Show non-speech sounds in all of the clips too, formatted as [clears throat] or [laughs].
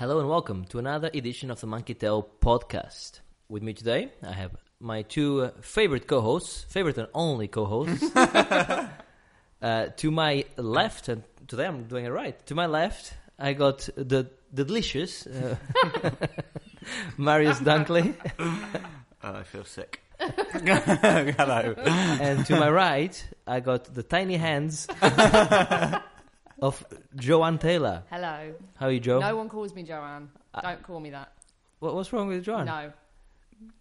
welcome to another edition of the Monkey Tail podcast. With me today, I have my two uh, favorite co hosts, favorite and only co hosts. uh, to my left, and today I'm doing it right. To my left, I got the, the delicious uh, [laughs] Marius Dunkley, Oh, I feel [laughs] sick. Hello. and to my right, I got the tiny hands of Joanne Taylor. Hello. How are you, Joe? No one calls me Joanne. Uh, Don't call me that. What, what's wrong with Joanne? No.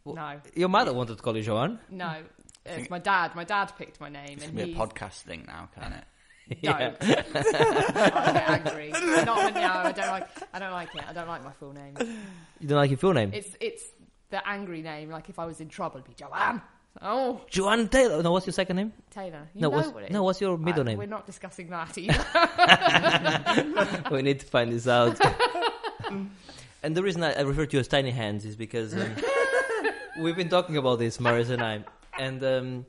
Wha- No. Your mother wanted to call you Joanne. No. It's my dad. My dad picked my name, It's and gonna be he a [laughs] podcast thing now, can it? [laughs] don't. [laughs] I get angry. Not when, no, I don't like. I don't like it. I don't like my full name. You don't like your full name? It's it's the angry name. Like if I was in trouble, it'd be Joanne. Oh, Joanne Taylor. No, what's your second name? Taylor. You no, know what's, what it is. no, what's your middle I- We're [laughs] name? not discussing that either. we need to find this [laughs] out. and the reason I, I refer to you as Tiny Hands is because [laughs] um, we've been talking about this, Marius and I. And um,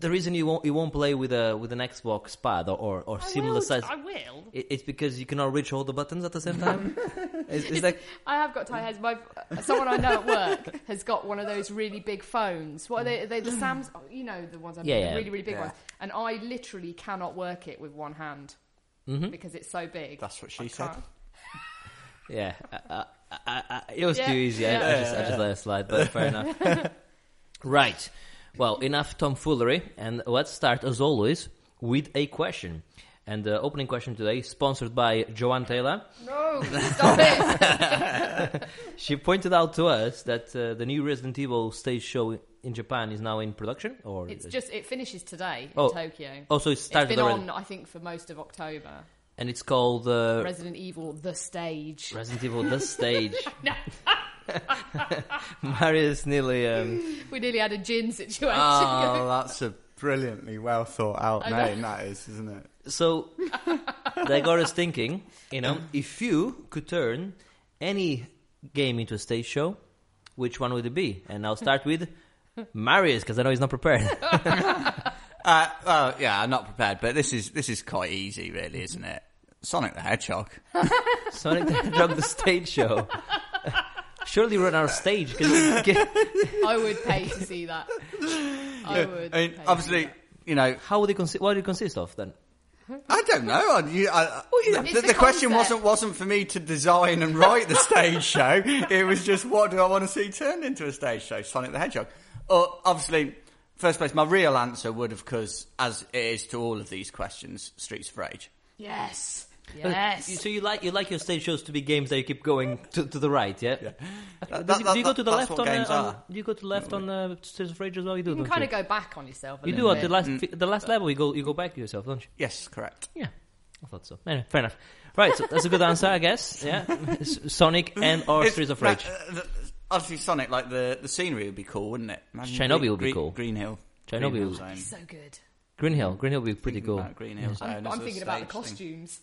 the reason you won't you won't play with a with an Xbox pad or or, or I [laughs] similar will, size. I will. it- It's because you cannot reach all the buttons at the [laughs] same time. it's, it's like I have got tight heads. My someone I know at work has got one of those really big phones. What are they? Are they the Sam's? oh, You know the ones. I'm Yeah, yeah. The really, really big Mm. Yeah. ones. And I literally cannot work it with one hand Mhm. because it's so big. That's what she I said. can't. Yeah, I, I, I, I- it was Yeah, too easy. I, I yeah. just, I just let it slide, but fair enough. [laughs] right. Well, enough tomfoolery, and let's start as always with a question. And the opening question today, is sponsored by Joanne Taylor, No, stop [laughs] it. she pointed out to us that uh, the new Resident Evil stage show in Japan is now in production, or It's just it finishes today in Oh, Tokyo. oh, so it It's started been already, on, I think, for most of October. and it's called uh, Resident Evil: The Stage. Resident Evil: [laughs] The Stage. [laughs] Marius nearly. Um, we nearly had a gin situation. Ah. Oh, that's a brilliantly well thought out I know. name, that is, isn't it? So that got us thinking, you know, if you could turn any game into a stage show, which one would it be? And I'll start with Marius, because I know he's not prepared. [laughs] Uh, well, yeah, I'm not prepared, but this is this is quite easy, really, isn't it? Sonic the [laughs] Hedgehog. Sonic the Hedgehog, the stage show. Surely run our stage. 'cause- 'cause- [laughs] I would pay to [laughs] see that. I I would. mean, pay to see obviously, that. you know, how would it consi- what would it consist of then? I don't know. I, you, I, It's the, the the question concept. wasn't wasn't for me to design and write the stage show. It was just what do I want to see turned into a stage show? Sonic the Hedgehog. Or obviously, first place. My real answer would, of course, as it is to all of these questions, Streets of Rage. yes, Uh, yes. So you like you like your stage shows to be games that you keep going to, to the right, yeah? That- Does that- it- do you go that- to the left that's what on, uh, games on- are. do you go to left on uh, Stage of Rage as well? You do, You can don't kind you? of go back on yourself. A You do little at the bit. last the last level. You go you go back to yourself, don't you? Yes, correct. Mm. Yeah, I thought so. Anyway, fair enough. Right, so that's a good answer, I guess. Yeah, [laughs] S- Sonic and or It's- Streets of that- Rage. uh, the- obviously, Sonic. Like the, the scenery would be cool, wouldn't it? Imagine Chernobyl Green- would be Green- cool. Green Hill. Chernobyl Green Hill would- Zone. It's so good. Green Hill, Green Hill would be pretty Thinking cool. about Green Hill Zone [laughs] I'm, as I'm a thinking about the stage thing. costumes.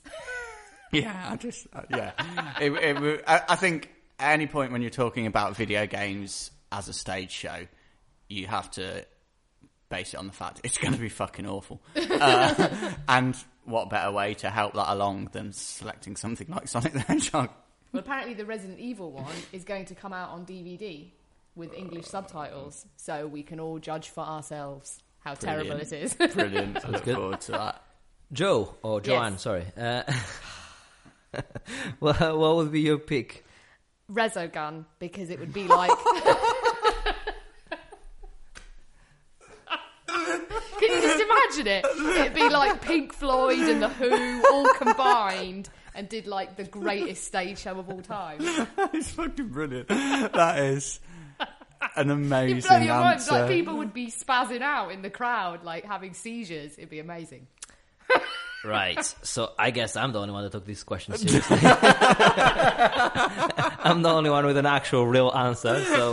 Yeah, I just uh, yeah. it, it, wou- I, I think at any point when you're talking about video games as a stage show, you have to base it on the fact it's going to be fucking awful. Uh, and what better way to help that along than selecting something like Sonic the Hedgehog? Well, apparently the Resident Evil one is going to come out on DVD with English subtitles, so we can all judge for ourselves how terrible it is. [laughs] Brilliant. I look good. forward to that. [laughs] Joe or Joanne, sorry. Uh, [laughs] well, what would be your pick? Resogun, because it would be like. Can you just imagine it? It'd be like Pink Floyd and The Who all combined and did like the greatest stage show of all time. it's fucking brilliant. That is an amazing You'd blow your mind. answer. Like people would be spazzing out in the crowd, like having seizures. It'd be amazing. Right, so I guess I'm the only one that took this [laughs] question seriously. I'm the only one with an actual real answer. So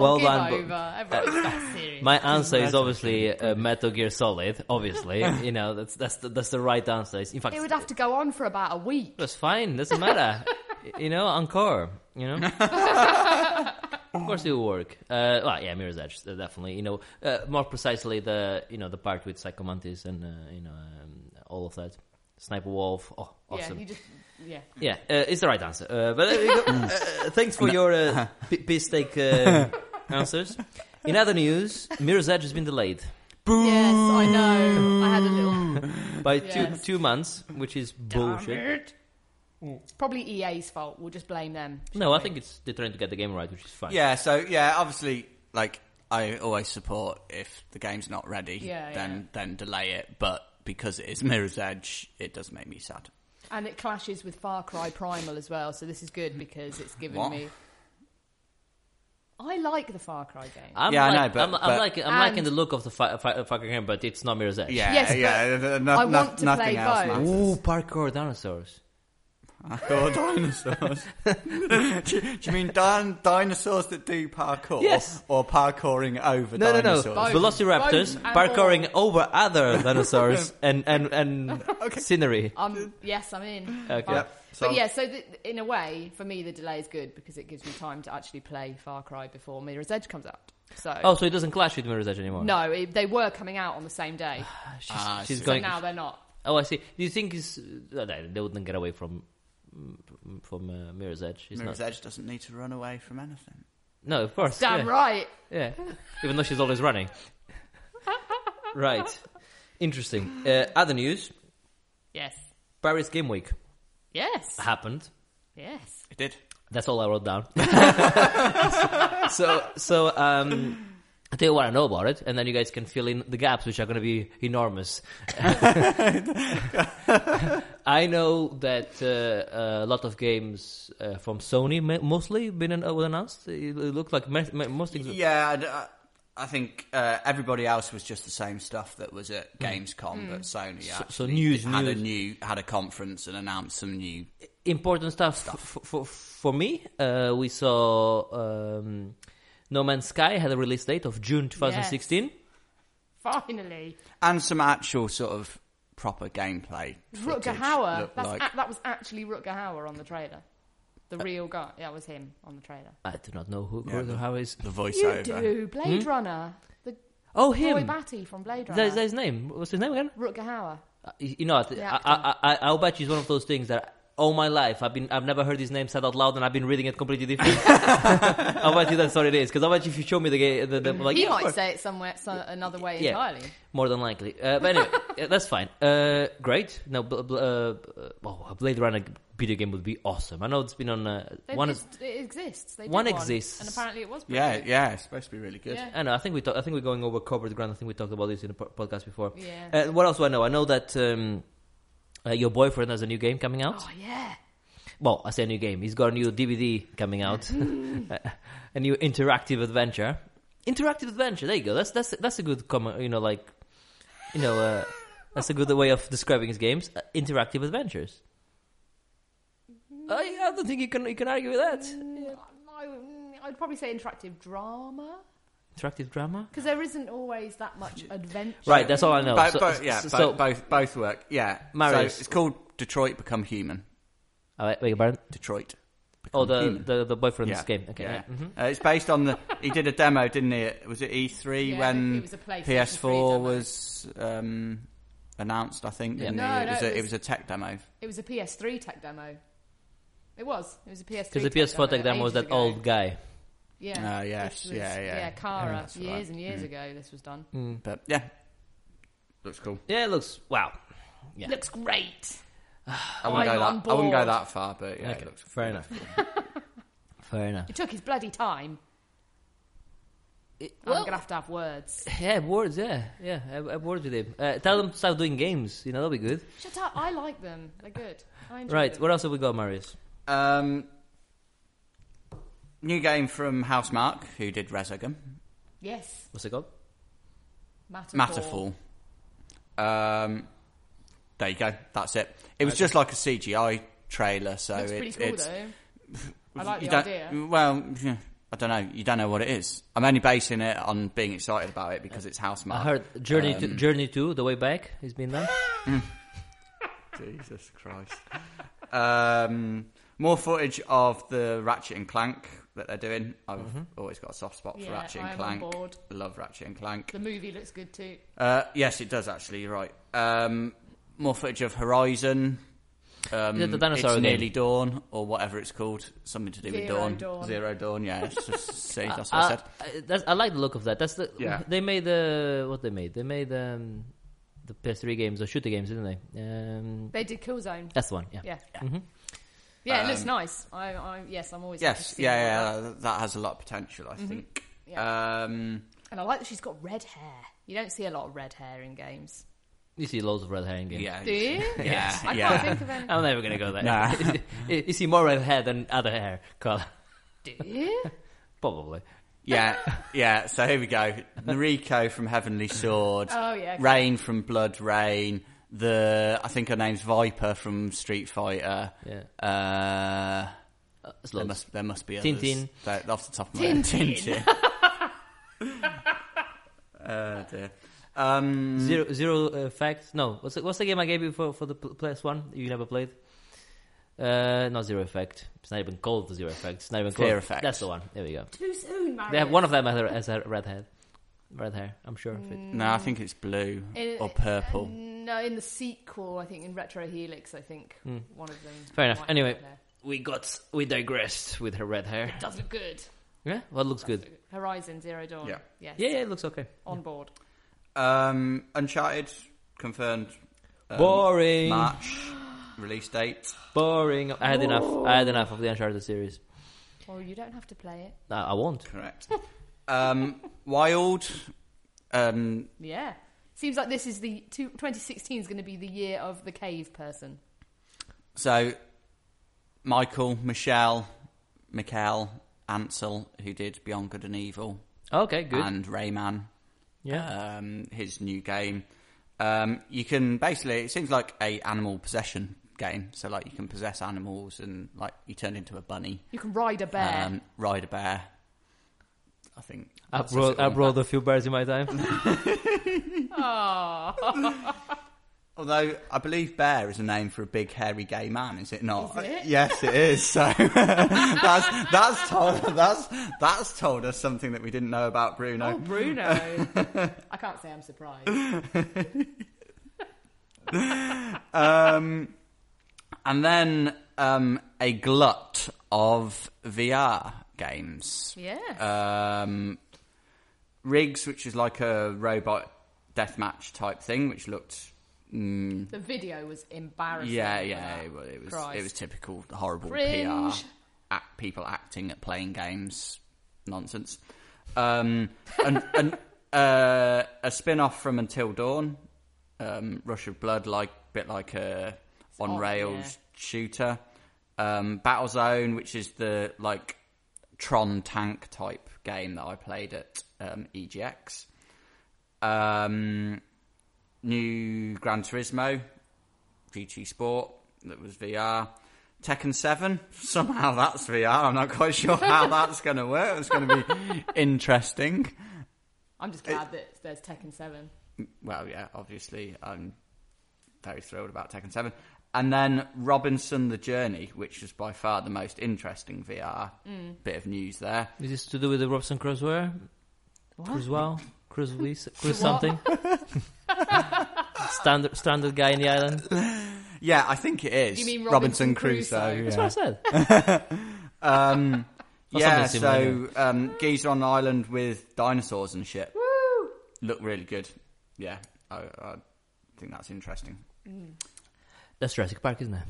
well [laughs] I'll give done. but- over. Everyone's [coughs] that serious. My answer is obviously uh, Metal Gear Solid. Obviously, you know that's that's the, that's the right answer. It's, in fact, it would have to go on for about a week. That's fine. Doesn't [laughs] matter. you know, encore. You know. of course, it will work. Uh, well, yeah, Mirror's Edge, uh, definitely. You know, uh, more precisely the you know the part with Psychomantis and uh, you know um, all of that. Sniper Wolf. Oh, Yeah, awesome. you just Yeah. Yeah, uh, it's the right answer. Uh, but there you go. Uh, thanks for your uh, p- piss take uh, answers. In other news, Mirror's Edge has been delayed Boo! Yes, I know. I had a little. by Yes. two two months, which is bullshit. Probably EA's fault. We'll just blame them. No, I think it's they're trying to get the game right, which is fine. Yeah, so yeah, obviously, like I always support if the game's not ready, Yeah, then yeah. then delay it. But because it is [laughs] Mirror's Edge, it does make me sad. And it clashes with Far Cry Primal as well, so this is good because it's given What? me. I like the Far Cry game. I'm Yeah, I like, know, but- I'm, I'm but- like, I'm And- liking the look of the fi- fi- fucking game, but it's not Mirror's Edge. Yeah, Yes, but yeah. th- no- I no- want to nothing play else both. matters. Ooh, parkour dinosaurs. [laughs] Parkour dinosaurs. [laughs] do, you, do you mean din- dinosaurs that do parkour? Yes. Or parkouring over No, no, no. dinosaurs? Both. Velociraptors Both and parkouring over [laughs] other dinosaurs and and and [laughs] scenery. Um, yes, I'm in. Okay. Fine. Yep, so- But yeah, so th in a way, for me, the delay is good because it gives me time to actually play Far Cry before Mirror's Edge comes out. So Oh, so it doesn't clash with Mirror's Edge anymore. no, it, they were coming out on the same day, [sighs] she's, Ah, I she's see. so going. now they're not. Oh, I see. Do you think it's, uh, they they wouldn't get away from from uh, Mirror's Edge? It's Mirror's not. Edge doesn't need to run away from anything. No, of course. Damn yeah. right. Yeah. [laughs] Even though she's always [laughs] running. right. Interesting. Uh, other news: Yes. Paris Game Week Yes. happened. Yes. It did. That's all I wrote down. [laughs] so, so um, I tell you what I know about it, and then you guys can fill in the gaps, which are going to be enormous. [laughs] I know that uh, a lot of games uh, from Sony ma- mostly been an- uh, were announced. It looked like me- me- most things. Yeah, I d- I, I think uh, everybody else was just the same stuff that was at Gamescom, Hmm. but Sony So- actually so news, had news. a new had a conference and announced some new. important stuff, f- f- for for me. Uh, we saw um, No Man's Sky had a release date of June 2016. Finally, and some actual sort of proper gameplay. footage Rutger Hauer. looked That's like. a- that was actually Rutger Hauer on the trailer. The Uh, real guy. Yeah, it was him on the trailer. I do not know who Yeah, who- the- how is. the You voiceover. do Blade Runner. The Oh, Roy Hmm? him. Batty from Blade Runner. That's his name. What's his name again? Rutger Hauer. Uh, You you know, I- Yeah. I, I, I, I'll bet you it's one of those things that all my life I've been, I've never heard his name said out loud, and I've been reading it completely different. [laughs] I'll bet you that's what it is. Because I'll bet you if you show me the game, the, the like, he yeah, might say it somewhere so, another way Yeah. entirely. more than likely. Uh, but anyway, yeah, that's fine. Uh, great. No, bl- bl- uh, b- oh, a Blade Runner video game would be awesome. I know it's been on uh, They one. just- it exists. They did one exists. and apparently it was. pretty Yeah, good. yeah, it's supposed to be really good. Yeah. I know. I think we. Talk, I think we're going over covered ground. I think we talked about this in the po- podcast before. Yeah. Uh, what else do I know? I know that um, uh, your boyfriend has a new game coming out. Oh yeah. well, I say a new game. He's got a new DVD coming out, [laughs] a new interactive adventure. Interactive adventure. There you go. That's that's that's a good comment. You know, like, you know, uh, that's a good way of describing his games. Uh, interactive adventures. I, I don't think you can you can argue with that. I, would probably say interactive drama Interactive drama. because there isn't always that much adventure. Right. That's all I know. Bo- So- bo- yeah, so- bo- so- both both work. Yeah, Marius. So it's called Detroit Become Human. Oh, wait, wait, pardon? Detroit. Become Oh, the, Human. the the boyfriend's Yeah, game. Okay. yeah. yeah, mhm. Uh, it's based on the. He did a demo, didn't he? It- Was it E3 Yeah, when it was a PlayStation 3 PS4 demo. was um, announced? I think. Yeah. Didn't No, he? it, no, was it a, it was- was a tech demo. It was a PS3 tech demo. It was. It was a PS3. Because the PS4 tech demo was ages that ago. old guy. Yeah. Ah, yes, This was- yeah, yeah. Yeah, Yeah, Cara. that's years right. and years ago, this was done. But yeah, looks cool. Yeah, it looks wow. Yeah. Looks great. I wouldn't I'm go on that. I wouldn't go board. that far, but yeah, Okay, it looks fair [laughs] enough. Fair enough. It took his bloody time. It- I'm gonna have to have words. Yeah, words. Yeah, yeah. I, I words with him. Uh, tell them to start doing games. You know that'll be good. Shut up! I like them. They're good. I enjoy Right. them. What else have we got, Marius? Um, new game from House Mark, who did Resogun. Yes. What's it called? Matterfall. Matterfall. Um, there you go. That's it. It was just like a CGI trailer, so Looks it- pretty cool it's. though. I like you the don't- idea. Well, yeah, I don't know. You don't know what it is. I'm only basing it on being excited about it because it's House Mark. I heard Journey to Journey Two: The Way Back is being done. Jesus Christ. um, more footage of the Ratchet and Clank that they're doing. I've Mm-hmm. always got a soft spot for Yeah, Ratchet and I'm on Clank. board. Love Ratchet and Clank. The movie looks good too. Uh, yes, it does actually. You're right. Um, more footage of Horizon. Um, Is it the dinosaur it's again? nearly dawn or whatever it's called. Something to do with Zero dawn. Dawn. Zero dawn. Yeah, it's just, [laughs] see, that's what I I, said. I, Uh, that's, I like the look of that. That's the Yeah. they made the what they made. They made um, the PS3 games or shooter games, didn't they? Um, They did Killzone. that's the one. Yeah. Yeah. Mhm. Yeah, it looks Um, nice. I, I yes, I'm always Yes, interested in yeah, all that. yeah, that. that has a lot of potential, Mm-hmm. I think. Um, And I like that she's got red hair. You don't see a lot of red hair in games. You see loads of red hair in games. yeah, Do you? yeah, I yeah. can't think of any. I'm never gonna go there. [laughs] Nah. [laughs] you you see more red hair than other hair color, Do you? [laughs] probably. yeah, yeah. So here we go. Noriko from Heavenly Sword. Oh, yeah, okay. Rain from Blood Rain. The I think her name's Viper from Street Fighter. Yeah. Uh, Uh, it's there loads. must there must be others. Tintin. That- off the top of my head. Tintin. Tintin. [laughs] Oh dear. Um, Zero, zero uh, facts. No, what's the, what's the game I gave you for for the pl- PS1? You never played. Uh, not zero effect. It's not even called zero effect. It's not even Fear called. Effect. That's the one. There we go. Too soon, Mario. They have one of them as a, as a red hair. Red hair. I'm sure. of it. No, I think it's blue In- uh, or purple. No, in the sequel, I think in Retro Helix, I think one of them. Hmm. Fair enough. might be Anyway. red hair. We got we digressed with her red hair. it does look good. Yeah, well, it looks good. Horizon Zero Dawn. Yeah. Yes. Yeah, yeah, it looks okay. On board. Um, Uncharted confirmed. um, boring, March release date. boring. I had enough. I had enough of the Uncharted series. Uh, Well, you don't have to play it. I, I won't. Correct. Um, Wild. Um, Yeah. Seems like this is the two, 2016 is going to be the year of the cave person. so, Michael, Michelle, Mikhail, Ansel, who did Beyond Good and Evil, Okay, good. and Rayman, yeah, um, his new game. Um, you can basically, it seems like a animal possession game. So, like, you can possess animals and, like, you turn into a bunny, You can ride a bear. Um, ride a bear. I think. I've that's the rolled, sort of I've rolled a few bars in my time. [laughs] uh, Aw. Although I believe bear is a name for a big hairy gay man, is it not? Is it? Yes, it is. So [laughs] that's that's told that's that's told us something that we didn't know about Oh, Bruno. [laughs] Bruno. I can't say I'm surprised. Um, Oh. and then um, a glut of VR games. Yeah. Um, Rigs, which is like a robot deathmatch type thing, which looked. Mm, the video was embarrassing. Yeah, for yeah, that. it, wa- it was Christ. it was typical horrible Cringe. PR. Act, people acting at playing games nonsense. Um, and and uh, a spin off from Until Dawn, um, Rush of Blood, like bit like a on odd, rails yeah. shooter. Um, Battlezone, which is the like Tron tank type game that I played at um, EGX. Um, new Gran Turismo, GT Sport that was VR. Tekken 7, somehow that's VR. I'm not quite sure how that's going to work. It's going to be interesting. I'm just glad that there's Tekken 7. Well, yeah, obviously, I'm very thrilled about Tekken 7. And then Robinson the Journey, which was by far the most interesting VR Mm. bit of news there. Is this to do with the Robson Crusoe? Crusoe? Crusoe? Cruise something? standard standard guy in the island. That's Yeah, I think it is. You mean Robinson Robinson Crusoe? Crusoe? That's what I yeah. said. Um, Or yeah, something similar, so um, Geezer on the island with dinosaurs and shit. Woo! Look really good. Yeah, I, I think that's interesting. That's Jurassic Park, isn't it?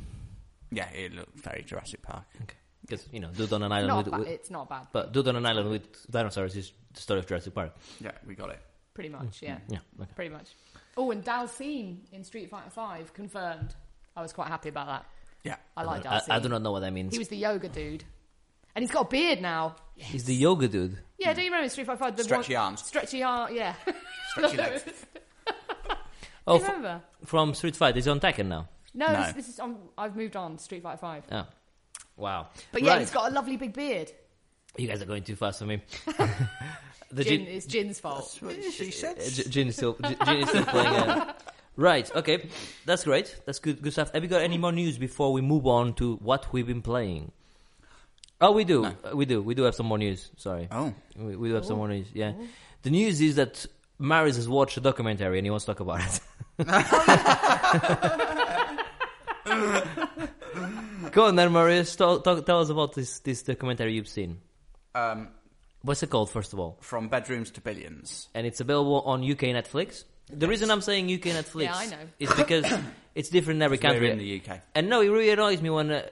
Yeah, it looked very Jurassic Park. Okay. Because you know, dude on an island Not with, ba- with- it's not bad, but dude on an island with dinosaurs is the story of Jurassic Park. Yeah, we got it. pretty much, Mm-hmm. yeah. Yeah. Okay. Pretty much. Oh, and Dalcine in Street Fighter 5 confirmed. I was quite happy about that. Yeah. I like I, Dalcine. I do not know what that means. He was the yoga dude. And he's got a beard now. He's the yoga dude. Yeah, do you remember in Street Fighter 5? The Hmm. Stretchy one- arms, Stretchy arm, yeah. [laughs] stretchy legs. Oh, do you f- remember? from Street Fighter. He's on Tekken now. No, No. This, this is on, I've moved on, Street Fighter 5. Oh, wow. But yeah, Right. he's got a lovely big beard. You guys are going too fast for me. [laughs] the Jin, gin, it's Jin's fault. [laughs] she said. uh, J- gin is still J- gin is still playing. [laughs] uh, Right. Okay. That's great. That's good. Good stuff. Have you got any more news before we move on to what we've been playing? Oh, we do. Uh, we do. We do have some more news. Sorry. Oh, We, we do have some more news. Yeah. The news is that Maris has watched a [laughs] documentary and he wants to talk about it. Go on then, Marius. Tell, talk, tell us about this this documentary you've seen. Um, What's it called, first of all? from bedrooms to billions. And it's available on UK Netflix. The reason I'm saying UK Netflix I know. is [coughs] because it's different in every country. We're in the UK. And no, it really annoys me when uh,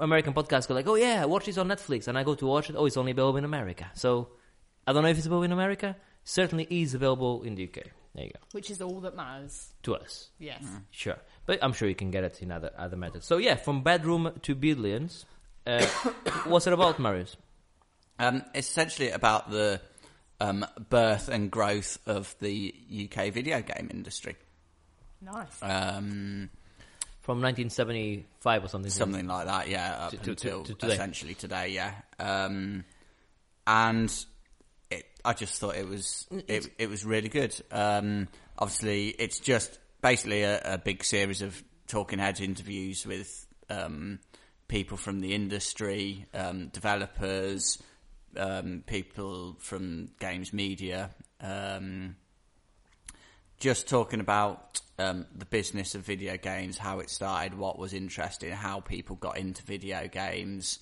American podcasts go like, "Oh yeah, watch this on Netflix," and I go to watch it. Oh, it's only available in America. So I don't know if it's available in America. Certainly is available in the UK. There you go. which is all that matters. Mm. To us, Yes. sure, but I'm sure you can get it in other other methods. So yeah, from bedroom to billions. Uh, [coughs] what's it about, Marius? Um, it's essentially about the um, birth and growth of the UK video game industry. Nice. Um, From 1975 or something. something like that. Yeah, up To- to- to- until to today. essentially today. Yeah, um, and it, I just thought it was it, it was really good. Um, obviously, it's just basically a, a big series of talking head interviews with um, people from the industry, um, developers, um, people from games media. Um, just talking about um, the business of video games, how it started, what was interesting, how people got into video games.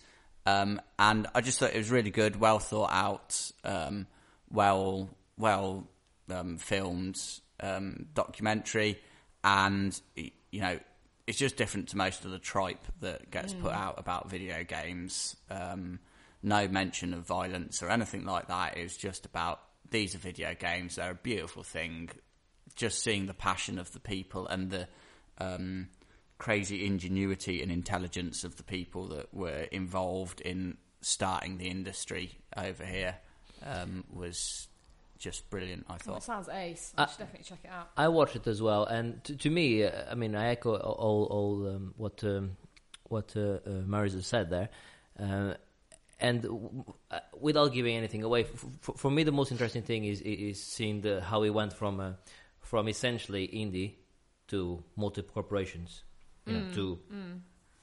Um, and I just thought it was really good, well thought out, um, well well um, filmed um, documentary, and y- you know it's just different to most of the tripe that gets put out about video games. Um, no mention of violence or anything like that. It was just about these are video games; they're a beautiful thing just seeing the passion of the people and the um, crazy ingenuity and intelligence of the people that were involved in starting the industry over here um, was just brilliant. I Oh, thought. it sounds ace. Uh, I should definitely check it out. I watched it as well, and to, to me, uh, I mean, I echo all all um, what um, what uh, uh, Marius has said there, uh, and w- uh, without giving anything away, f- f- for me, the most interesting thing is is seeing the how he went from uh, from essentially indie to multi corporations, you know, to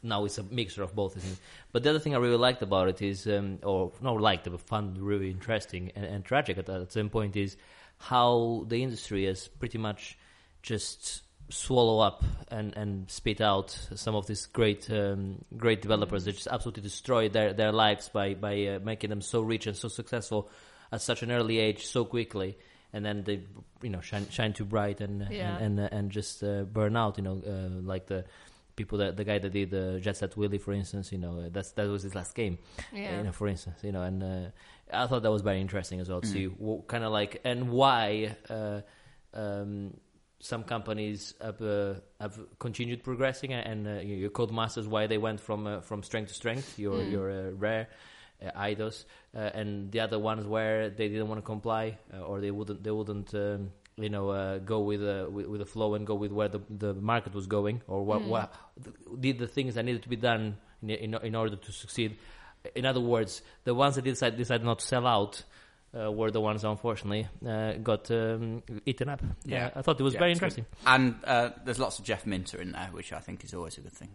now it's a mixture of both. Isn't it? But the other thing I really liked about it is, um, or not liked, but found really interesting and, and tragic at, at some point is how the industry has pretty much just swallow up and, and spit out some of these great um, great developers that just absolutely destroyed their, their lives by by uh, making them so rich and so successful at such an early age so quickly and then they you know shine shine too bright and Yeah. and, and uh, and just uh, burn out you know uh, like the people that the guy that did uh, Jet Set Willy, for instance, you know, uh, that's that was his last game, uh, Yeah. you know, for instance, you know, and uh, I thought that was very interesting as well to see what kind of like and why uh, um, some companies have, uh, have continued progressing and uh, your your Codemasters why they went from uh, from strength to strength, your your uh, rare. Uh, IDOS uh, and the other ones where they didn't want to comply uh, or they wouldn't they wouldn't um, you know uh, go with, uh, with with the flow and go with where the the market was going or what what did the things that needed to be done in in, in order to succeed. In other words, the ones that decided decided not to sell out. Uh, were the ones that unfortunately uh, got um, eaten up. Yeah. Uh, I thought it was Yeah, very it's good. interesting. And uh, there's lots of Jeff Minter in there, which I think is always a good thing.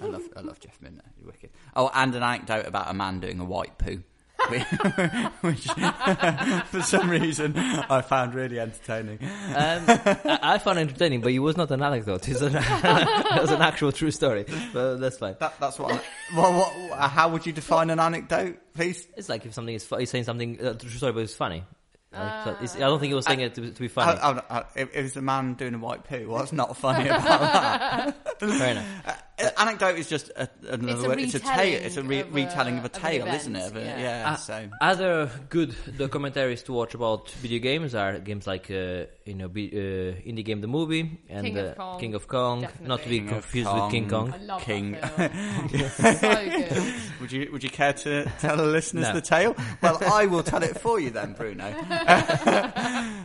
I love, I love Jeff Minter. He's wicked. Oh, and an anecdote about a man doing a white poo. [laughs] which, [laughs] for some reason, I found really entertaining. Um, I, I found it entertaining, but it was not an anecdote. It's an, [laughs] it was an actual true story. But that's fine. That, that's what. I'm, well, what, how would you define an anecdote, please? It's like if something is fu- he's saying something uh, true story, but it's funny. Like, so it's- I don't think he was saying it to, to be funny. I, I, I, it, it was the man doing a white poo. What's not funny about that? Fair enough. Uh, anecdote is just a, another It's a word. It's a tale. It's a re- retelling retelling of of a- a of an tale, event, isn't it? Of a- yeah. yeah. Uh, so Other good documentaries to watch about video games are games like uh, you know be, uh, indie game the movie and King of uh, Kong. King of Kong, not to be Definitely. confused King of with King Kong. Kong. I love King. [laughs] that film. so good. would you would you care to tell the listeners No. the tale? Well, I will tell it for you then, Bruno. [laughs]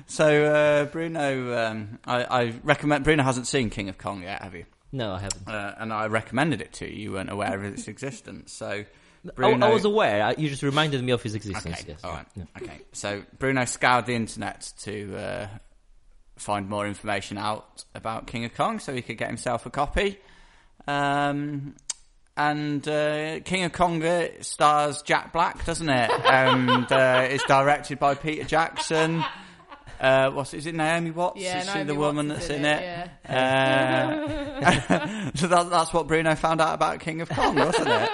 so uh, Bruno, um, I, I recommend. Bruno hasn't seen King of Kong yet, have you? No, I haven't. Uh, and I recommended it to you. You weren't aware of its existence, so. Oh, I, Bruno, I was aware. I, you just reminded me of his existence. Okay. Yes. All right. Yeah. Okay. So Bruno scoured the internet to uh, find more information out about King of Kong, so he could get himself a copy. Um, and uh, King of Kong uh, stars Jack Black, doesn't it? and uh, it's directed by Peter Jackson. Uh, what's is it? Naomi Watts? [laughs] Yeah, is she Naomi the Watts woman is that's in in it, it? Uh, [laughs] so that, that's what Bruno found out about King of Kong, wasn't it?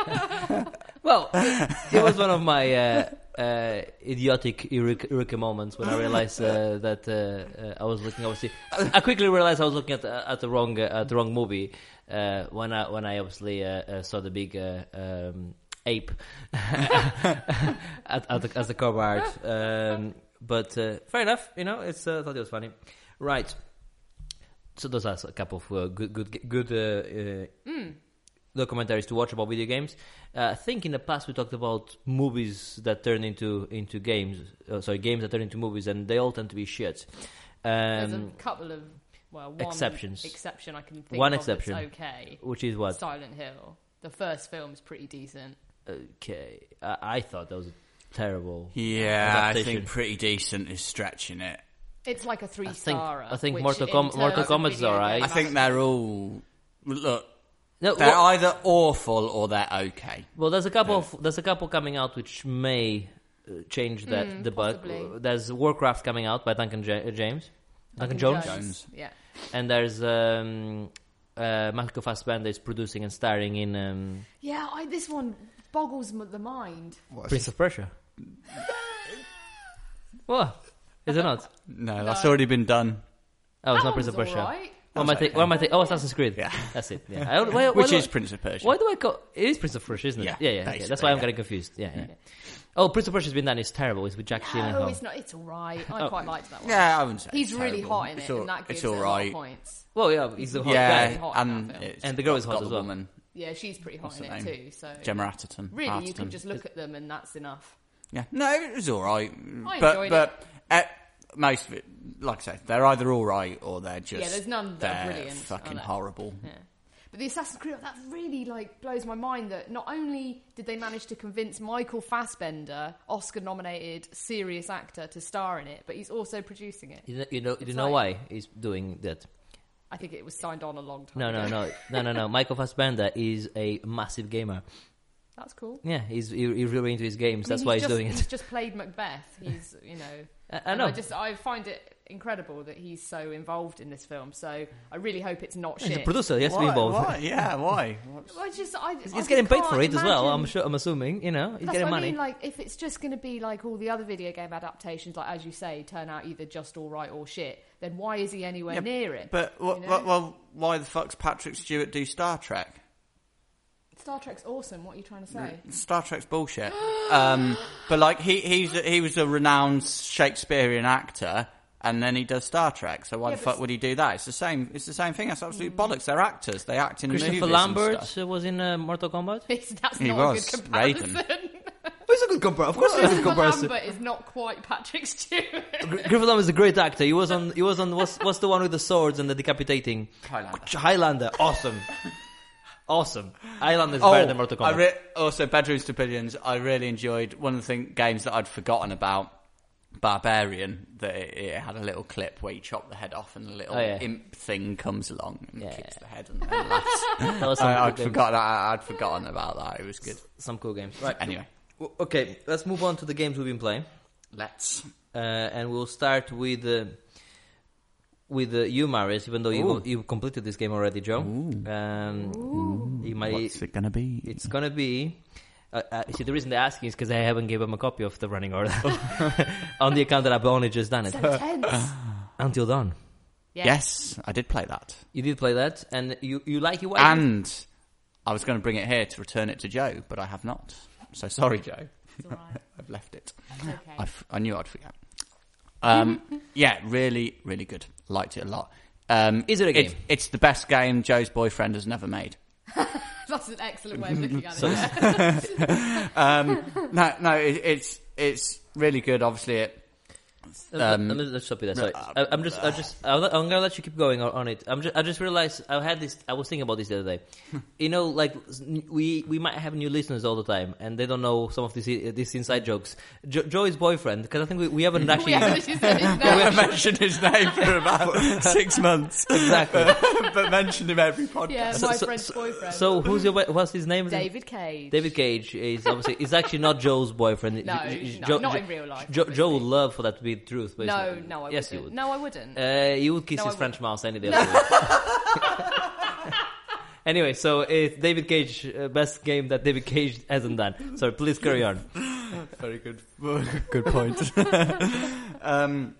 Well, it was one of my uh, uh, idiotic Eureka, Eureka moments when I realized uh, that uh, uh, I was looking. Obviously, I quickly realized I was looking at the, at the wrong uh, at the wrong movie uh, when I when I obviously uh, uh, saw the big. Uh, um, Ape at, at the, as the cover art, um, but uh, fair enough. You know, it's uh, I thought it was funny, right? So those are a couple of uh, good, good, good uh, uh, documentaries to watch about video games. Uh, I think in the past we talked about movies that turn into into games. Uh, sorry, games that turn into movies, and they all tend to be shit. There's Um, a couple of well, one exceptions. Exception I can think One of that's exception. okay. which is what? Silent Hill. The first film's pretty decent. Okay, I, I thought that was terrible. [laughs] Yeah, I Adaptation. think pretty decent is stretching it. It's like a three think- star. I think Mortal Com- Mortal Kombat's alright. I think they're all look. No, They're well, either awful or they're okay. well, there's a couple of there's a couple coming out which may uh, change that the Hmm, possibly. bug. There's Warcraft coming out by Duncan J- James, Duncan Jones, Jones. Yeah. and there's um, uh, Michael Fassbender is producing and starring in um, Yeah, I, this one boggles m- the mind. Prince of Persia. [laughs] what? Is it not? No, that's already been done. Oh, it's That not Prince of one's Persia. alright. What am I think? What am I think? Oh, Assassin's Creed. Yeah. that's [laughs] it. Yeah, I don't- why- why Which do I- is Prince of Persia. Why do I call it is Prince of Persia, isn't it? Yeah, yeah, yeah. okay, That's basically, why I'm yeah. getting confused. Yeah, yeah. Oh, Prince of Persia's been done. It's terrible. It's with Jack No, Gyllenhaal. it's not. It's all right. I Oh. quite liked that one. Yeah, I wouldn't say He's it's really terrible. hot in it, It's all- and that gives it's it a lot of alright. points. Well, yeah, he's the hot Yeah, Very guy. hot in and that film. it's And the girl is got- hot got as the well. Woman, Yeah, she's pretty hot What's in her it name? too. So Gemma Atherton. really, you Atherton. can just look at them, and that's enough. Yeah, no, it was all right. I but enjoyed but uh, most of it, like I say, they're either all right or they're just Yeah, there's none that are they're brilliant, are Fucking there? horrible. Yeah. But the Assassin's Creed that really like blows my mind that not only did they manage to convince Michael Fassbender, Oscar-nominated serious actor, to star in it, but he's also producing it. You know, you know, you It's know like- why he's doing that? I think it was signed on a long time. No, no, ago. no, no, no, [laughs] no. Michael Fassbender is a massive gamer. That's cool. Yeah, he's he- he's really into his games. I mean, That's why he's just, doing it. He's just played Macbeth. He's you know. [laughs] I, I and know. [laughs] I just I find it incredible that he's so involved in this film. So I really hope it's not he's a shit. producer. He has to be why, involved. why? Yeah, why? What's- I just I, I [laughs] He's just getting paid can't for it as well. I'm imagine- sure. I'm assuming. You know, he's That's getting what money. I mean, like if it's just going to be like all the other video game adaptations, like as you say, turn out either just all right or shit, then why is he anywhere Yeah, near it? But wh- you wh- know? well, why the fuck's Patrick Stewart do Star Trek? Star Trek's awesome. What are you trying to say? [laughs] Star Trek's [gasps] bullshit. um, but like he he's a, he was a renowned Shakespearean actor, and then he does Star Trek. So why Yeah, the but fuck s- Mm. would he do that? It's the same. It's the same thing. That's absolute bollocks. They're actors. They act in movies. Christopher and Lambert stuff. uh, was in uh, Mortal Kombat. That's He not was a good comparison. [laughs] It's Oh, a good comparison. Of course, [laughs] it's a good comparison. Lambert is not quite [laughs] Patrick Stewart. Gr- Griffith Dunn is a great actor. He was on. He was on. What's, what's the one with the swords and the decapitating? Highlander. Highlander. Awesome. Awesome. Highlander is Oh, better than Mortal I Kombat. re- oh, also Bedroom Stupidity. I really enjoyed one of the thing- games that I'd forgotten about. Barbarian, that it, it had a little clip where you chop the head off and a little Oh, yeah. imp thing comes along and Yeah. kicks the head and, [laughs] and laughs. That was some, I, cool I'd games. forgotten. I, I'd forgotten about that. It was good. some cool games. Right. Anyway, W- Okay, let's move on to the games we've been playing, let's. uh, and we'll start with uh, with uh, you, Marius. Even though you Ooh. you completed this game already, Joe. Um, you might. it gonna be? It's gonna be. Uh, uh, see, the reason they're asking is because I haven't given them a copy of the running [laughs] order on the account that I've only just done it. so tense. Until dawn. Yeah. yes, I did play that, You did play that, and you you like it. Why? and I was going to bring it here to return it to Joe, but I have not. So sorry, Joe. It's all right. I've left it. It's okay. [laughs] I, f- I knew I'd [laughs] forget. Um, yeah, really, really good. Liked it a lot. Um, Is it a it's- game? it's the best game Joe's boyfriend has never made. That's an excellent way of looking at So- it. [laughs] No, no, it, it's it's really good. Obviously, [laughs] it Um, let me let's stop you there. Sorry, I, I'm just, uh, I just, I'm, not- I'm gonna let you keep going on, on it. I'm just, I just realized I had this. I was thinking about this the [laughs] other day. you know, like s- we we might have new listeners all the time, and they don't know some of these these inside jokes. Jo- Joey's boyfriend, because I think we, we haven't actually [laughs] [laughs] We haven't actually said his I name. mentioned his name for [laughs] about six months, exactly. [laughs] but mentioned him every podcast. Yeah, So- my so- friend's [laughs] boyfriend. so who's your boy- what's his name? David Cage. David Cage is obviously is actually not Joe's boyfriend. [laughs] No, Jo- no, not in real life, Jo- Joe obviously. would love for that to be the truth. No, Basically. no, I yes, wouldn't. you would. No, I wouldn't. Uh, you would kiss No, I his wouldn't. French mouse any day. of the week. [laughs] anyway, so it's David Cage, uh, best game that David Cage hasn't done. So please carry on. Very good. [laughs] good point. [laughs] um,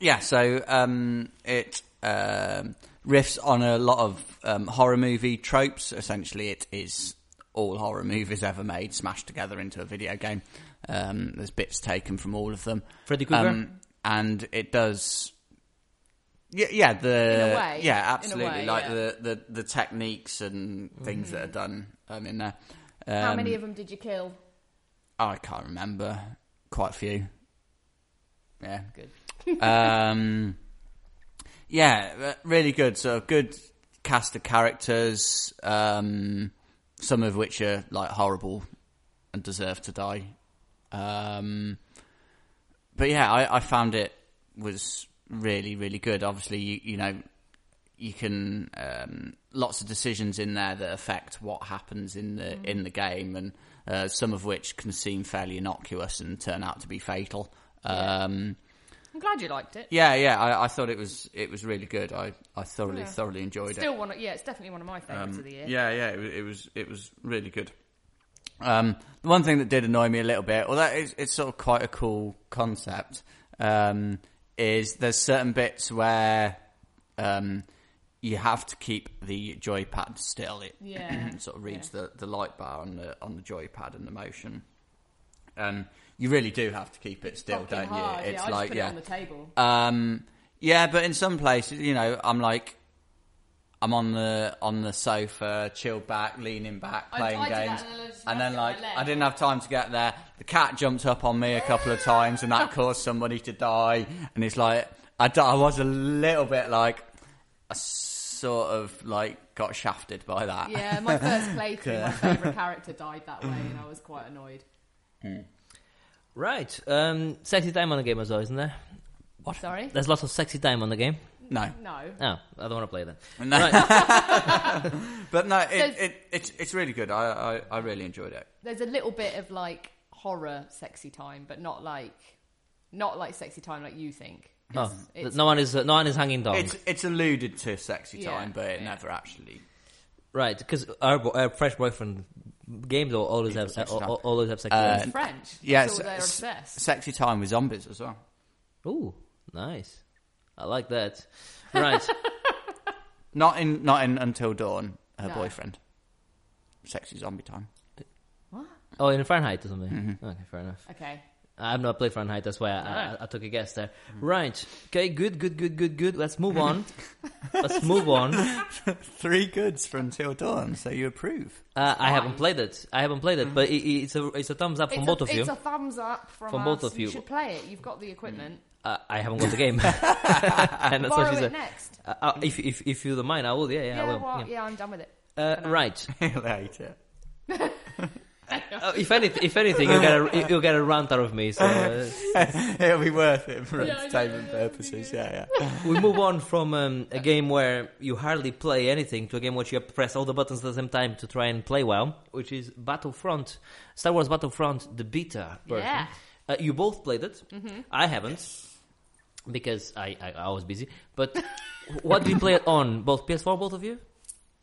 yeah, so um, it um, riffs on a lot of um, horror movie tropes. Essentially, it is all horror movies ever made smashed together into a video game. Um, there's bits taken from all of them. Freddy Krueger? Um, and it does. Yeah, yeah, the In a way. In a yeah, absolutely, way, like yeah. Mm. the, the the techniques and things that are done um, in there. Um, How many of them did you kill? Oh, I can't remember. Quite a few. Yeah. Good. um, yeah, re- really good. So good cast of characters. Um, some of which are like horrible and deserve to die. Um, but yeah, I, I found it was really, really good. Obviously, you, you know, you can um, lots of decisions in there that affect what happens in the in the game, and uh, some of which can seem fairly innocuous and turn out to be fatal. Um, I'm glad you liked it. yeah, yeah, I, I thought it was it was really good. I, I thoroughly Yeah. thoroughly enjoyed it. Still one. Of, yeah, it's definitely one of my Um, favourites of the year. Mm. Yeah, yeah, it, wa- it was it was really good. Um, the one thing that did annoy me a little bit, although it's, it's sort of quite a cool concept, um, is there's certain bits where um, you have to keep the joypad still. It [clears throat] Yeah, sort of reads the, the light bar on the on the joypad and the motion. Um, you really do have to keep it still, Fucking don't hard. you? yeah, I just put it on the table. [laughs] Um, yeah, but in some places, you know, I'm like, I'm on the on the sofa, chilled back, leaning back, I- playing I did that games, and then I just and then rested like my leg. I didn't have time to get there. The cat jumped up on me a couple of times, [laughs] and that caused somebody to die. And it's like I, d- I was a little bit like, I sort of like got shafted by that. Yeah, [laughs] my first playthrough, my favourite character died that way, and I was quite annoyed. Right. Um, sexy time on the game as well, isn't there? What? Sorry? There's lots of sexy time on the game. No, No. No, I don't want to play that. no, Right. but no, it, So- it, it's it's really good. I, I I really enjoyed it. There's a little bit of like horror sexy time, but not like not like sexy time like you think. No, It's- it's- Oh, no one is uh, no one is hanging down. It's it's alluded to sexy Yeah, time, but it yeah. never actually Right, because our, bo- our fresh boyfriend game though always have Sexy al- time. al- always have sex. Uh, it's French. Yeah, Yeah, so se- they're se- obsessed. Sexy time with zombies as well. Ooh, nice. I like that. [laughs] Right. Not in, not in Until Dawn. Her No. boyfriend. Sexy zombie time. oh, in Fahrenheit or something. Mm-hmm. Okay, fair enough. Okay. I've not played Fahrenheit, that's why I, I, I took a guess there. Right. Okay. Good. Good. Good. Good. Good. Let's move [laughs] on. Let's move on. Uh, Three goods for Until Dawn. So you approve? [laughs] I haven't Fine. Mm-hmm. played it. I haven't played it, but it, it's a it's a thumbs up from it's both a, of you. It's a thumbs up from, From us. both of you. should play it. You've got the equipment. uh, I haven't got the [laughs] game, and that's Borrow what she it said. next. Uh, uh, if if if you don't mind, I will. Yeah, yeah, Yeah, I will. well, yeah. yeah. I'm done with it. Uh, [laughs] right. He'll hate it. [laughs] Uh, if any, if anything, you'll get a you'll get a rant out of me. [laughs] So uh, It'll be worth it for Yeah, I know, entertainment yeah, it'll be purposes. good. Yeah, yeah. we move on from um, a game where you hardly play anything to a game where you have to press all the buttons at the same time to try and play well, which is Battlefront, Star Wars Battlefront, the beta version. Yeah. Uh, you both played it. I haven't because I, I I was busy. But what do you play it on? Both PS4, both of you?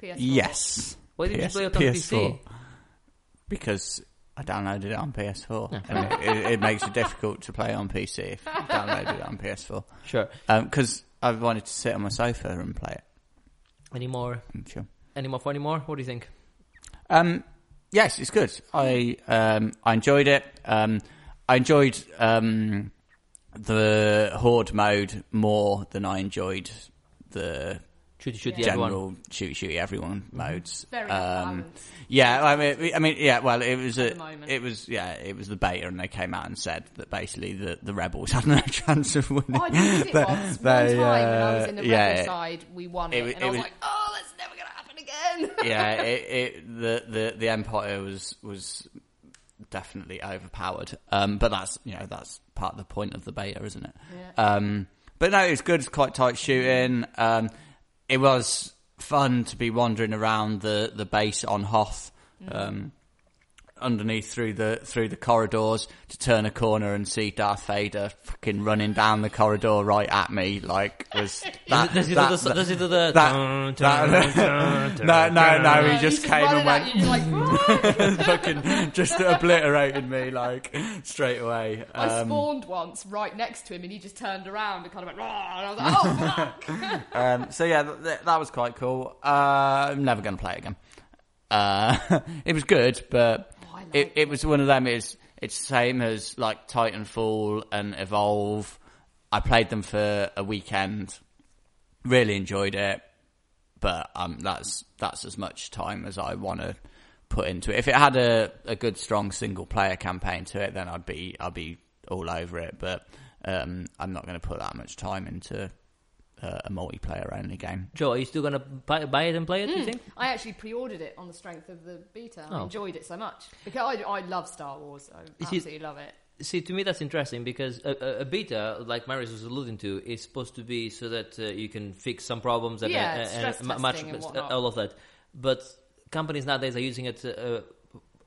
PS4. yes. Why did you PS play it on PC? Because I downloaded it on PS4. And it, it, it makes it difficult to play on PC if you downloaded it on PS4. Sure. Because Um, I wanted to sit on my sofa and play it. Any more? I'm sure. Any more for any more? What do you think? Um, yes, it's good. I um, I enjoyed it. Um, I enjoyed um, the horde mode more than I enjoyed the Shoot, shoot, Yeah. yeah. everyone. general shoot shoot everyone modes. Very um, balanced. yeah, I mean, I mean, yeah. Well, it was the a, moment. it was yeah, it was the beta, and they came out and said that basically the, the rebels [laughs] had no chance of winning. Oh, I did [laughs] it They- once. One they, time when I was uh, in the yeah, rebel side, we won it, it was- and I it was, was- like, "Oh, that's never gonna [laughs] happen again." yeah, it, it, the, the the empire was was definitely overpowered. Um, but that's you know that's part of the point of the beta, isn't it? Yeah. Um, but no, it was good. It's quite tight shooting. Um, it Mm. was fun to be wandering around the the base on Hoth. Um, underneath through the through the corridors to turn a corner and see Darth Vader fucking running down the corridor right at me. Like [laughs] was that, does he do that- the? Does he do the? that- that- [laughs] no, no, Uh, no. Yeah, He he's just came running and at went you, you're "Hmm." like, "Ah!" [laughs] fucking just obliterated me like straight away. I Um, spawned once right next to him, and he just turned around and kind of went, "Rah," and I was like, [laughs] "Oh fuck!" um, so yeah, th- th- that was quite cool. Uh, I'm never going to play it again. Uh, [laughs] it was good, but Oh, I like it, it was one of them. Is it's same as like Titanfall and Evolve. I played them for a weekend, really enjoyed it, but um, that's that's as much time as I want to put into it. If it had a, a good strong single player campaign to it, then I'd be I'd be all over it. But um, I'm not going to put that much time into uh, a multiplayer only [laughs] game. Joe, are you still gonna buy, buy it and play it? You think? I actually pre-ordered it on the strength of the beta. I Oh. enjoyed it so much because I, I love Star Wars. I Is it- absolutely love it. See, to me that's interesting because a, a, a beta, like Marius was alluding to, is supposed to be so that uh, you can fix some problems and, Yeah, and- it's and stress ma- testing match- and whatnot. all of that. But companies nowadays are using it uh,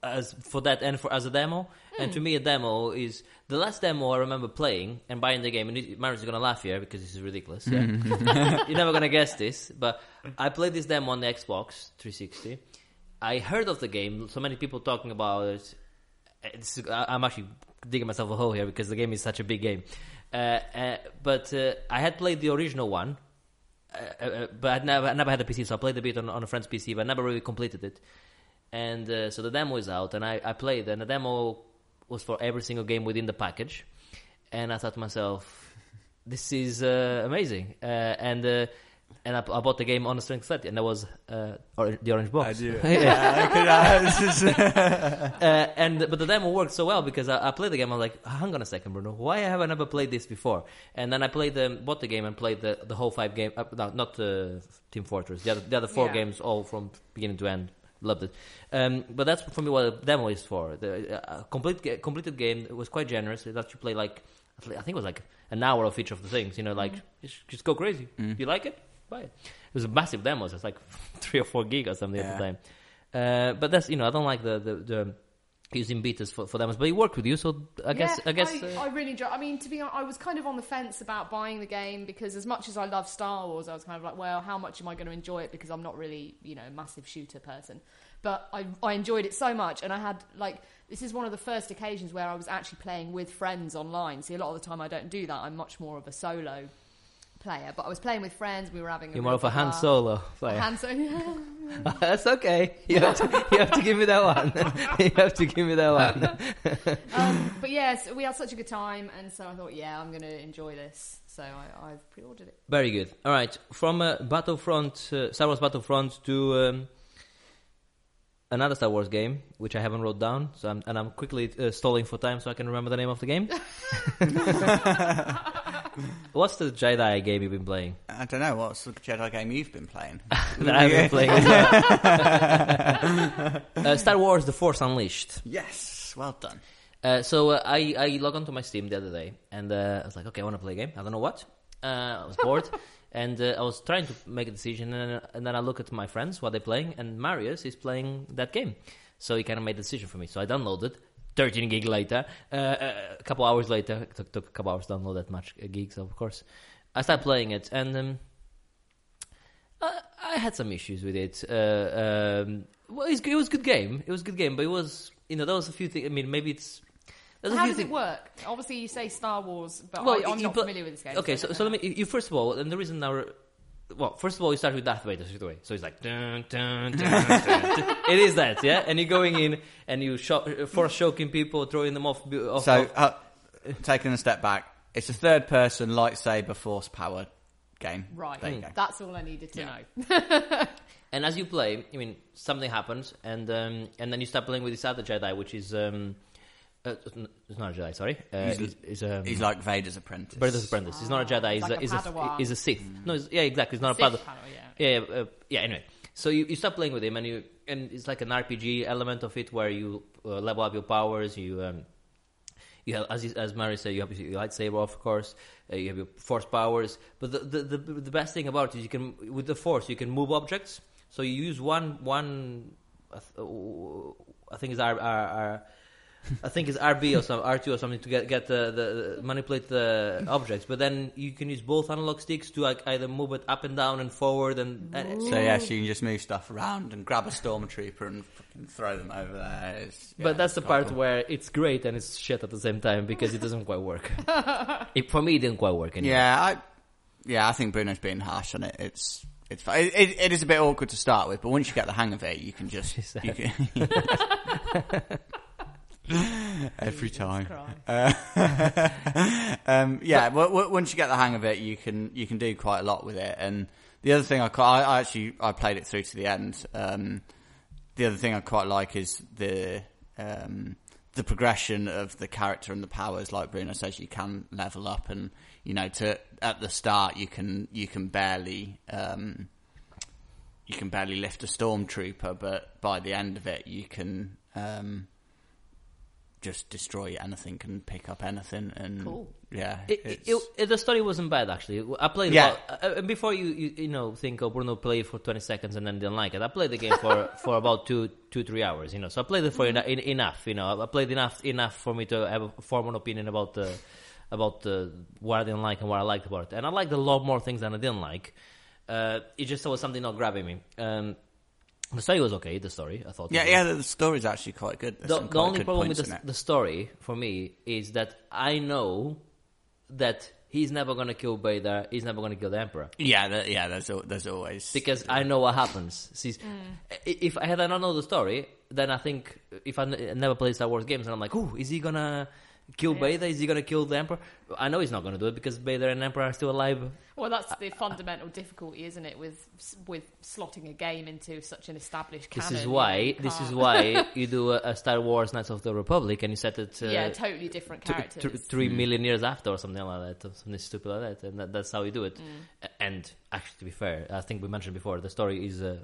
as for that and for as a demo. And to Hmm. me, a demo is the last demo I remember playing and buying the game. And it- Marius is gonna laugh here because this is ridiculous. Yeah? [laughs] You're never gonna guess this, but I played this demo on the Xbox 360. I heard of the game, so many people talking about it. It's, I- I'm actually digging myself a hole here because the game is such a big game. Uh, uh, but uh, I had played the original one, uh, uh, uh, but I never, I never had a PC, so I played a bit on, on a friend's PC, but never really completed it. And uh, so the demo is out, and I, I played, and the demo was for every single game within the package. And I thought to myself, this is uh, amazing. Uh, and uh, and I, I bought the game on the strength set, and that was uh, or, the orange box. [laughs] Yeah, I Uh, could- [laughs] I was just- Uh, and but the demo worked so well because I, I played the game. I was like, hang on a second, Bruno, why have I never played this before? And then I played the bought the game and played the, the whole five game. Uh, no, not uh, Team Fortress. The other, the other four Yeah. games, all from beginning to end. Loved it. Um, but that's for me what a demo is for. The uh, complete ga- completed game was quite generous. It lets you play like I think it was like an hour of each of the things. You know, like just, just go crazy. You like it? Buy it. It was a massive demo. So it's like [laughs] three or four gig or something at Yeah. the time. Uh, but that's you know I don't like the the, the using betas for, for demos, but it worked with you, so I guess Yeah, I guess I, uh, I really enjoy. I mean, to be honest, I was kind of on the fence about buying the game because as much as I love Star Wars, I was kind of like, well, how much am I going to enjoy it? Because I'm not really, you know, a massive shooter person. But I, I enjoyed it so much, and I had like this is one of the first occasions where I was actually playing with friends online. See, a lot of the time I don't do that. I'm much more of a solo player, but I was playing with friends. We were having a you're more real of a good hand laugh. solo player. Hand solo. [laughs] [laughs] that's okay. You have, to, you have to give me that one. [laughs] you have to give me that [laughs] one. um, but yes, we had such a good time, and so I thought, yeah, I'm going to enjoy this. So I, I've pre-ordered it. Very good. All right, from uh, Battlefront, uh, Star Wars Battlefront to um, another Star Wars game, which I haven't wrote down, so I'm, and I'm quickly uh, stalling for time so I can remember the name of the [laughs] game. [laughs] What's the Jedi game you've been playing? I don't know what's the Jedi game you've been playing. [laughs] that I've been playing. As well. uh, Star Wars: The Force Unleashed. Yes, well done. Uh, so uh, I I log onto my Steam the other day, and uh, I was like, okay, I want to play a game. I don't know what. Uh, I was bored, [laughs] and uh, I was trying to make a decision, and, then- and then I look at my friends what they're playing, and Marius is playing that game, so he kind of made the decision for me. So I downloaded. 13 gig later, uh, uh, a couple hours later, it took, took a couple hours to download that much uh, gigs, of course. I started playing it, and um, I, I had some issues with it. Uh, um, well, it's, it was a good game. It was a good game, but it was, you know, there was a few things. I mean, maybe it's. there's a How few does it thing- work? Obviously, you say Star Wars, but Well, I, I'm you not put- familiar with this game. Okay, I so, don't so know. let me. You first of all, and the reason now. Well, first of all, you start with Darth Vader straight away. So it's like dun, dun, dun, dun, [laughs] dun. it is that, yeah. And you're going in and you sho- force choking people, throwing them off. bu- off So, off- uh, taking a step back, it's a third person lightsaber force power game. right, Hmm. There you go. that's all I needed to Yeah. know. And as you play, I mean, something happens, and um, and then you start playing with this other Jedi, which is um, uh, it's not a Jedi, sorry, uh, He's- is, is um, He's like Vader's apprentice. Brother's Apprentice. He's not a Ah, Jedi. He's like a, a is a Padawan. is a Sith. No, he's, yeah, exactly. [laughs] He's not a Sith Padawan. panel, yeah. Yeah, yeah, uh, yeah. Anyway, so you, you start playing with him, and you and it's like an RPG element of it where you uh, level up your powers. You um, you have as you- as Mary said, you have your lightsaber, of course. Uh, you have your force powers, but the, the the the best thing about it is you can with the force you can move objects. So you use one one uh, I think it's R, R, R I think it's RB or some R2 or something to get get the, the, the manipulate the objects. But then you can use both analog sticks to like either move it up and down and forward and, and So yeah, so you can just move stuff around and grab a stormtrooper and fucking throw them over there. It's- yeah, but that's the it's quite part cool. where it's great and it's shit at the same time because it doesn't quite work. it, for me, it didn't quite work. Anyway. Yeah, I, yeah, I think Bruno's being harsh on it. It's it's fi- it, it, it is a bit awkward to start with, but once you get the hang of it, you can just you can- [laughs] every time. Christ. Uh, um, yeah, w- w- once you get the hang of it, you can you can do quite a lot with it. And the other thing I qui- I, I actually I played it through to the end. Um, the other thing I quite like is the um, the progression of the character and the powers. Like Bruno says, you can level up, and you know, to at the start you can you can barely um, you can barely lift a stormtrooper, but by the end of it, you can. Um, just destroy anything and pick up anything and Cool. yeah It, it, it's- it, the story wasn't bad actually. I played Yeah. about, uh, uh, before you, you you know think oh Bruno played for twenty seconds and then didn't like it. I played the game [laughs] for, for about two two three hours. You know, so I played it for Mm-hmm. ena- en- enough. You know, I played enough enough for me to have a form an opinion about the about the what I didn't like and what I liked about it. And I liked a lot more things than I didn't like. Uh, it just was something not grabbing me. Um, the story was okay. The story I thought. yeah it was yeah the, the story's actually quite good There's the, some the quite only good problem with points the, in it. the story for me is that I know that he's never gonna kill Vader. He's never gonna kill the Emperor yeah there, yeah there's al- there's always because I know what happens. See, Mm. i- if I had I not know the story, then I think if I n- never played Star Wars games and I'm like, oh, is he gonna kill Vader? Is he gonna kill the Emperor? I know he's not gonna do it because Vader and Emperor are still alive. Well, that's the fundamental difficulty, isn't it, with with slotting a game into such an established This canon? is you why. can't- This is [laughs] why you do a, a Star Wars Knights of the Republic and you set it. Uh, yeah, totally different t- characters. th- three Mm. million years after or something like that, or something stupid like that, and that, that's how we do it. A- And actually, to be fair, I think we mentioned before the story is uh,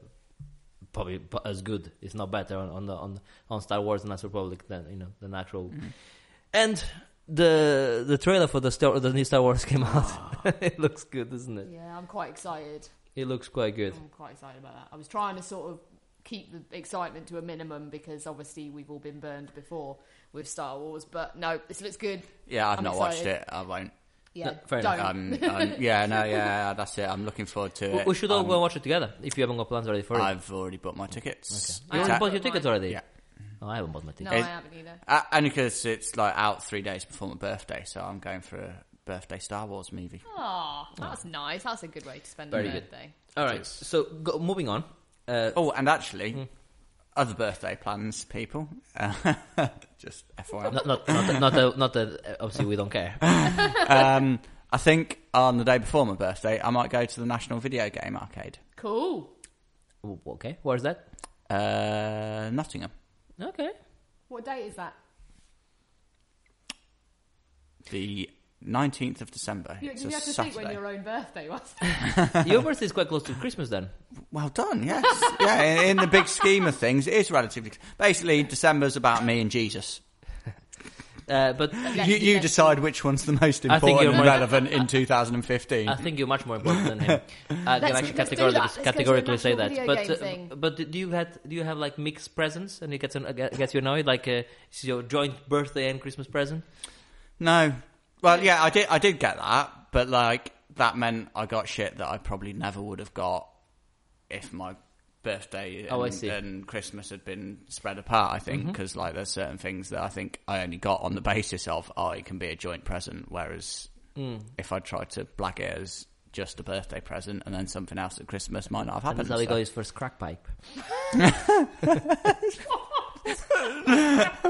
probably p- as good, if not better, on, on the on on Star Wars and Knights of the Republic than you know than actual. Mm-hmm. And the the trailer for the star, the new Star Wars [laughs] came Ah. out. it looks good, doesn't it? Yeah, I'm quite excited. It looks quite good. I'm quite excited about that. I was trying to sort of keep the excitement to a minimum because obviously we've all been burned before with Star Wars, but no, this looks good. yeah I've I'm not watched excited. it I won't Yeah, No, fair enough. don't. um, [laughs] um, yeah no yeah that's it I'm looking forward to We, it we should all Um, go and watch it together if you haven't got plans already for it. I've already bought my tickets You It's already a- bought your tickets already? yeah Oh, I haven't bought my ticket. no, it- I haven't either. Uh, and because it's like out three days before my birthday, so I'm going for a birthday Star Wars movie. Ah, that's nice. That's a good way to spend Very a good. birthday. All right, so go, moving on. Uh, Oh, and actually, other birthday plans, people. [laughs] Uh, just FYI. not not not that, not that, not that obviously we don't care. um, I think on the day before my birthday, I might go to the National Video Game Arcade, Cool. W- Okay, where's that? uh, Nottingham. Okay, What date is that? The 19th of December. You, It's you a have to think when Saturday. your own birthday was. your birthday is quite close to Christmas then. Well done, yes. [laughs] yeah, in, in the big scheme of things, it is relatively. Basically, December's about me and Jesus. Uh, but you, you decide which one's the most important you're and more- relevant [laughs] in 2015. I think you're much more important than [laughs] him. I can Let's- actually let's do categorically, that. Let's go to the categorically say national that. video But game thing. uh, but do you had do you have like mixed presents and it gets an, gets you annoyed like uh, it's your joint birthday and Christmas present? no. Well, yeah, I did. I did get that, but like that meant I got shit that I probably never would have got if my birthday and, Oh, I see. Mm-hmm. and Christmas had been spread apart. I think because like there's certain things that I think I only got on the basis of oh it can be a joint present, whereas Mm. if I tried to black it as just a birthday present and then something else at Christmas might not And have happened. that's how he so- got his first crack pipe.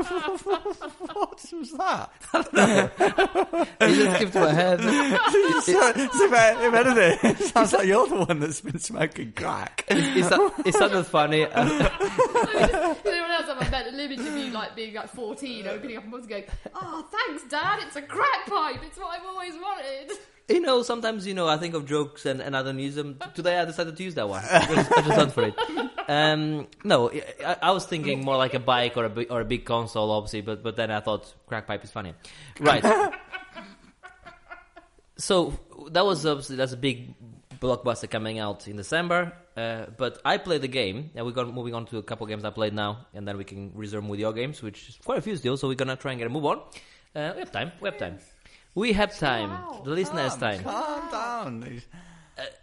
What was that? [laughs] It just came to my [laughs] head. It's about- if anything, it sounds like you're the one that's been smoking crack. [laughs] It, it, it sounded funny. [laughs] Uh, Does anyone else have a mental image of you like being like 14, opening up a box and going, "Oh, thanks, Dad. It's a crack pipe. It's what I've always wanted." [laughs] you know, sometimes you know I think of jokes and, and I don't use them. Today I decided to use that one. I just, I just went for it. Um, no, I- I, I was thinking more like a bike or a bi- or a big console, obviously. But but then I thought crack pipe is funny, right? so that was obviously that's a big blockbuster coming out in December. Uh, but I played the game, and we're going moving on to a couple games I played now, and then we can resume with your games, which is quite a few still. So we're gonna try and get a move on. Uh, we have time. We have time. We have time. out. The listeners' Oh, time. Calm down.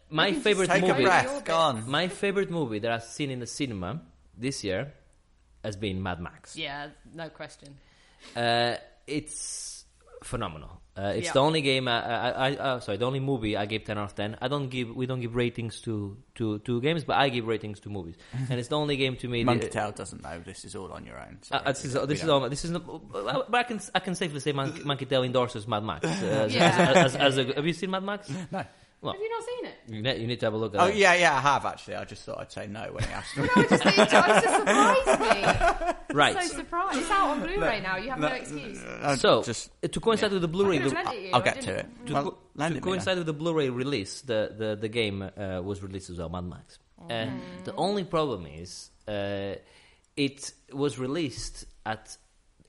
My favorite Take a movie. breath. Go on. My favorite movie that I've seen in the cinema this year has been Mad Max. Yeah, no question. Uh, it's phenomenal. Uh, it's Yeah. the only game I, I, I, I, oh, sorry, the only movie I gave ten out of ten. I don't give, we don't give ratings to to, to games, but I give ratings to movies, and it's the only game to me. Monkey that- Tail doesn't know. This is all on your own. Uh, this is this is all, this is not, but I can I can safely say Monkey, Monkey Tail endorses Mad [laughs] Max. Uh, as- Yeah. as- as- as a- have you seen Mad Max? Have you not seen it? You, ne- you need to have a look at Oh that. yeah, yeah, I have actually. I just thought I'd say no when he asked [laughs] me. No, it just, it just surprised me. Right. So surprised. It's out on Blu-ray now. You have no, No, excuse. I So just to coincide with the Blu-ray, Could've the- lent Uh, it you, I'll I get to didn't- it. to, Well, co- lend to it me then. coincide with the Blu-ray release, the the, the game uh, was released as well, Mad Max. Oh. Uh, the only problem is uh, it was released at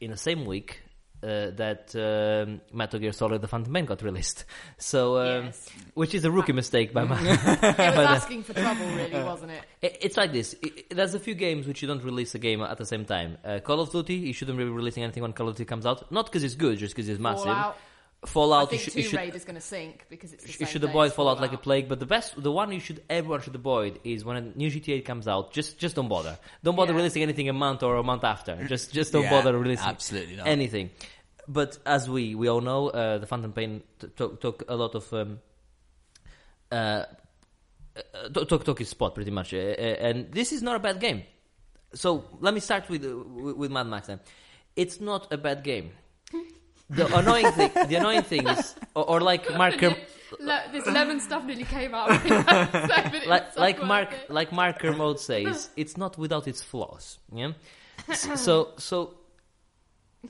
in the same week uh, that um, Metal Gear Solid: The Phantom Pain got released. [laughs] So, um, Yes. Ah. which is a rookie mistake by my. [laughs] [laughs] It was asking for trouble, really, wasn't it? It- It's like this. I- I- There's a few games which you don't release a game at the same time. Uh, Call of Duty, you shouldn't be releasing anything when Call of Duty comes out. Not because it's good, just because it's massive. Fallout. I Fallout, you think should, Tomb you should, Raider's going to sink because it's. The you same should day avoid as Fallout like a plague. But the best, the one you should everyone should avoid is when a new GTA comes out. Just just don't bother. Don't bother Yeah. releasing anything a month or a month after. Just just don't Yeah, bother releasing absolutely not. anything. But as we we all know, uh, the Phantom Pain t- took took a lot of. Um, uh, uh, took- took took his spot pretty much, uh, uh, and this is not a bad game. So let me start with uh, with with Mad Max. Then, it's not a bad [laughs] game. The annoying thing, the annoying thing is, or, or like Mark, um, Kerm- Le- this lemon stuff nearly [laughs] came out. [laughs] Of it like like Mark like Mark Kermode [laughs] says, it's not without its flaws. Yeah. S- So so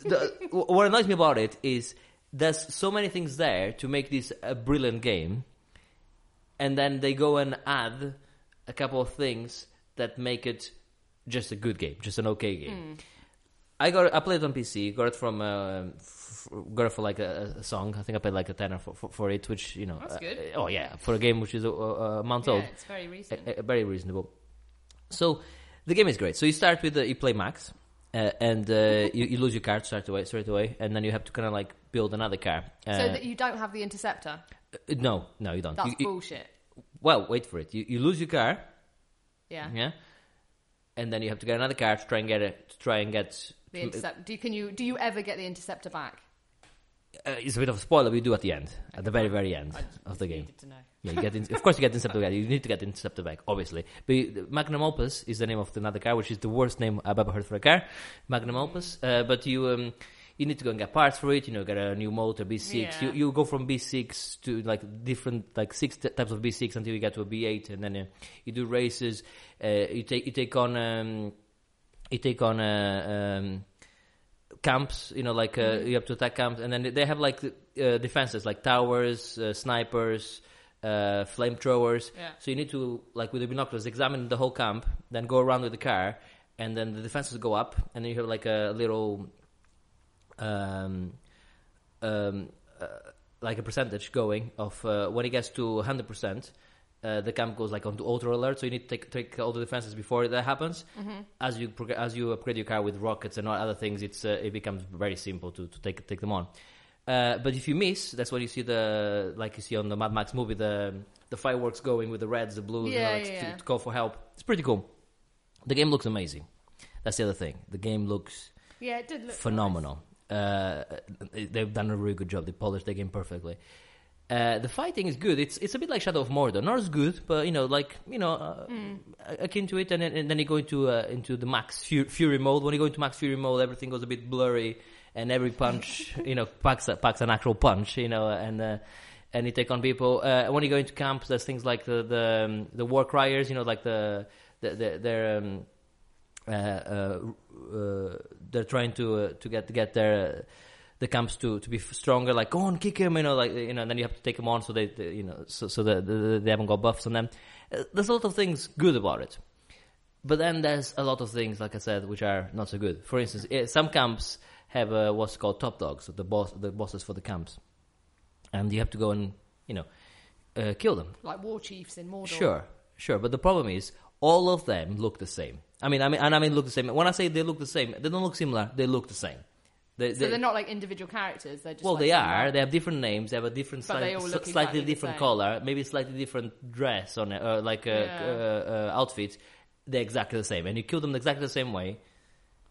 the, wh- what annoys me about it is there's so many things there to make this a brilliant game, and then they go and add a couple of things that make it just a good game, just an okay game. Hmm. I got I played it on PC. Got it from uh, f- got it for like a, a song. I think I paid like a tenner for, for, for it, which you know. That's uh, good. oh yeah, for a game which is a, a, a month old, it's very recent. a, a- very reasonable. So the game is great. So you start with uh, you play Max, uh, and uh, you, you lose your card straight away, straight away, and then you have to kind of like build another car. Uh, so that you don't have the interceptor. uh, no, no, you don't. That's You- you- bullshit. well, wait for it. You, you lose your car, Yeah. yeah, and then you have to get another car to try and get it. To try and get The intercept. Do you, can you do you ever get the interceptor back? uh, it's a bit of a spoiler, but you do at the end, at the very, very end I of the game. Needed to know. Yeah, you get in, of course you get interceptor back. You need to get interceptor back, obviously. But you, the Magnum Opus is the name of another car, which is the worst name I've ever heard for a car. Magnum Opus. Uh, but you um, you need to go and get parts for it. You know, get a new motor B6. You Yeah. you go from B6 to like different like six t- types of B6 until you get to a B8, and then uh, you do races. Uh, you take you take on um, you take on uh, um, camps, you know, like uh, you have to attack camps, and then they have like uh, defenses, like towers, uh, snipers, uh, flamethrowers. Yeah. So you need to, like with the binoculars, examine the whole camp, then go around with the car, and then the defenses go up, and then you have like a little, um, um, uh, like a percentage going of uh, when it gets to 100%. Uh, the camp goes like onto auto alert, so you need to take take all the defenses before that happens. Mm-hmm. As you prog- as you upgrade your car with rockets and all other things, it's uh, it becomes very simple to, to take take them on. Uh, but if you miss, that's what you see the like you see on the Mad Max movie the the fireworks going with the reds, the blues, you know, Yeah, like, yeah, to- yeah. to call for help. It's pretty cool. The game looks amazing. That's the other thing. The game looks Yeah, it did look phenomenal. Uh, they've done a really good job. They polished the game perfectly. Uh, the fighting is good. It's it's a bit like Shadow of Mordor. Not as good, but you know, like you know, uh, akin to it. And, then- and then you go into uh, into the Max Fu- Fury mode. When you go into Max Fury mode, everything goes a bit blurry, and every punch, [laughs] you know, packs a- packs an actual punch, you know, and. Uh, and you take on people. Uh, when you go into camps, there's things like the the, um, the war criers, you know, like the, the, the their um, uh, uh, uh, they're trying to uh, to get get their uh, the camps to to be f- stronger. Like go on, kick him, you know, like you know. And then you have to take them on, so they, they you know, so so that they, they haven't got buffs on them. Uh, there's a lot of things good about it, but then there's a lot of things, like I said, which are not so good. For instance, eh, some camps have uh, what's called top dogs, so the boss the bosses for the camps, and you have to go and you know uh, kill them. like war chiefs in Mordor. Sure, sure. But the problem is, all of them look the same. I mean, I mean, and I mean, look the same. When I say they look the same, they don't look similar. They look the same. They, So they're not like individual characters. They're just well, like, they similar. are. They have different names. They have a different, But they slight, all s- look exactly slightly the different same. color, maybe slightly different dress on it, uh, like a Yeah. uh, uh, outfit. They're exactly the same, and you kill them exactly the same way.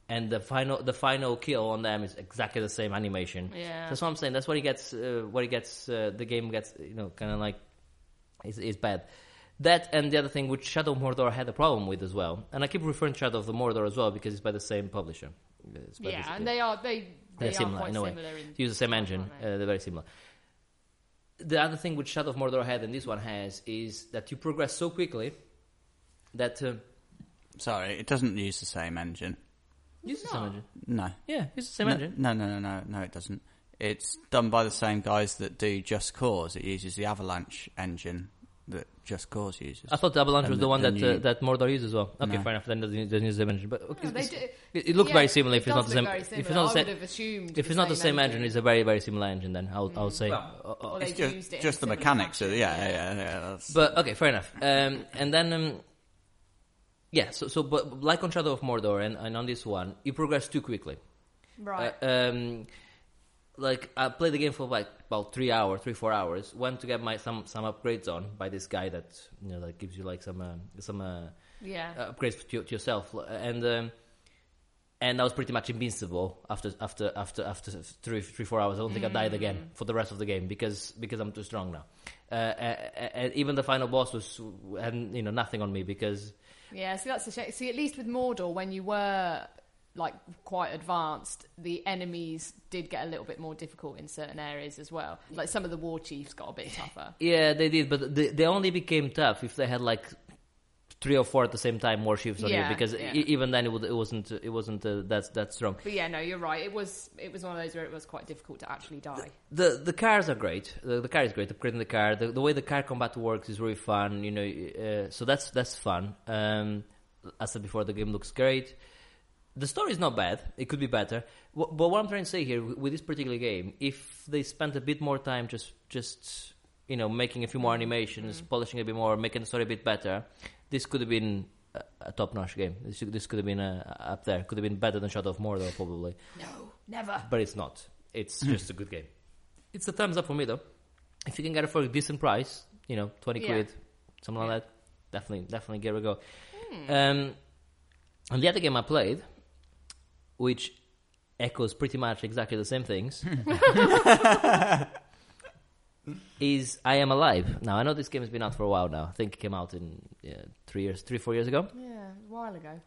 And the final, the final kill on them is exactly the same animation. Yeah. that's what I'm saying. That's what he gets. Uh, what he gets. Uh, the game gets. You know, kind of like is is bad. That and the other thing which Shadow of Mordor had a problem with as well, and I keep referring to Shadow of the Mordor as well because it's by the same publisher. It's by this- Yeah, and they are. They they they're are similar quite in a way. similar. In, They use the same engine. Aren't they? Uh, they're very similar. The other thing which Shadow of Mordor had and this one has is that you progress so quickly that uh, Sorry, it doesn't use the same engine. use the same engine. No. Yeah, use the same no, engine. No, no, no, no, no, it doesn't. It's done by the same guys that do Just Cause. It uses the Avalanche engine that Just Cause uses. I thought the Avalanche was And the one the that uh, new- that Mordor uses as well. Okay, No. fair enough. Then it doesn't doesn't use the same engine, but okay, No, they it's- do- it, it looks yeah, very similar it if it's not does the look same. very If it's similar. not the I same, would have assumed if it's not the same engine, it's a very very similar engine. Then I would, I would Mm. say. Well, Uh, uh, Or they it's do use just, it in just the similar mechanics. fashion. Of, yeah, yeah, yeah. that's- But okay, fair enough. Um, and then, um, yeah. So, so, but like on Shadow of Mordor and, and on this one, you progress too quickly. right. Uh, um, like I played the game for like about three hours, three four hours. Went to get my some some upgrades on by this guy that you know that gives you like some um some uh, yeah. upgrades to, to yourself, and um, and I was pretty much invincible after after after after three three four hours. I don't think I died again for the rest of the game because because I'm too strong now. Uh, and even the final boss was had you know nothing on me because Yeah, see that's a shame. See, at least with Mordor, when you were like quite advanced, the enemies did get a little bit more difficult in certain areas as well. Like some of the war chiefs got a bit tougher. Yeah, they did, but they, they only became tough if they had like three or four at the same time more shifts on Yeah, you, because yeah. e- even then it, would, it wasn't it wasn't uh, that that strong. But yeah, no, you're right. It was it was one of those where it was quite difficult to actually die. The the cars are great. The, the car is great. Upgrading the car, the, the way the car combat works is really fun. You know, uh, so that's that's fun. Um, as I said before, the game looks great. The story is not bad. It could be better. W- but what I'm trying to say here with, with this particular game, if they spent a bit more time just just you know making a few more animations, polishing a bit more, making the story a bit better, this could have been a, a top-notch game. This this could have been uh, up there. Could have been better than Shadow of Mordor probably No, never. [laughs] but it's not. It's just a good game. It's a thumbs up for me though. If you can get it for a decent price, you know, twenty Yeah. Hmm. quid, something like that, definitely, definitely give it a go. Um, and the other game I played, which echoes pretty much exactly the same things, is I Am Alive. Now I know this game has been out for a while now. I think it came out in uh, three years, three four years ago Yeah, a while ago.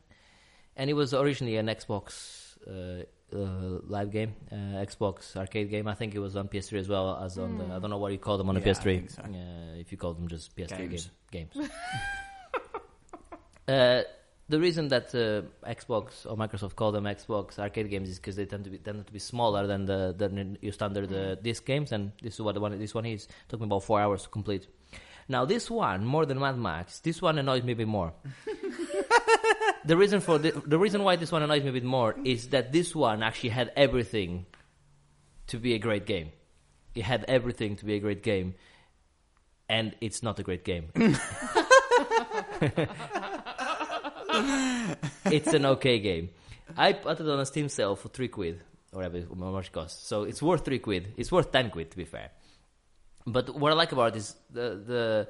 and it was originally an Xbox uh, uh, live game, uh, Xbox arcade game. I think it was on PS3 as well as on. The, I don't know what you call them on the Hmm. Yeah, I PS3. think so. Uh, if you call them just PS3 game- Games. games. [laughs] uh, the reason that uh, Xbox or Microsoft call them Xbox arcade games is because they tend to be tend to be smaller than the than your standard uh, disc games, and this is what the one this one is. Took me about four hours to complete. Now this one, more than Mad Max, this one annoys me a bit more. the reason for the, the reason why this one annoys me a bit more is that this one actually had everything to be a great game. It had everything to be a great game, and it's not a great game. it's an okay game. I bought it on a Steam sale for three quid, or whatever how much it costs. So it's worth three quid. It's worth ten quid to be fair. But what I like about it is the the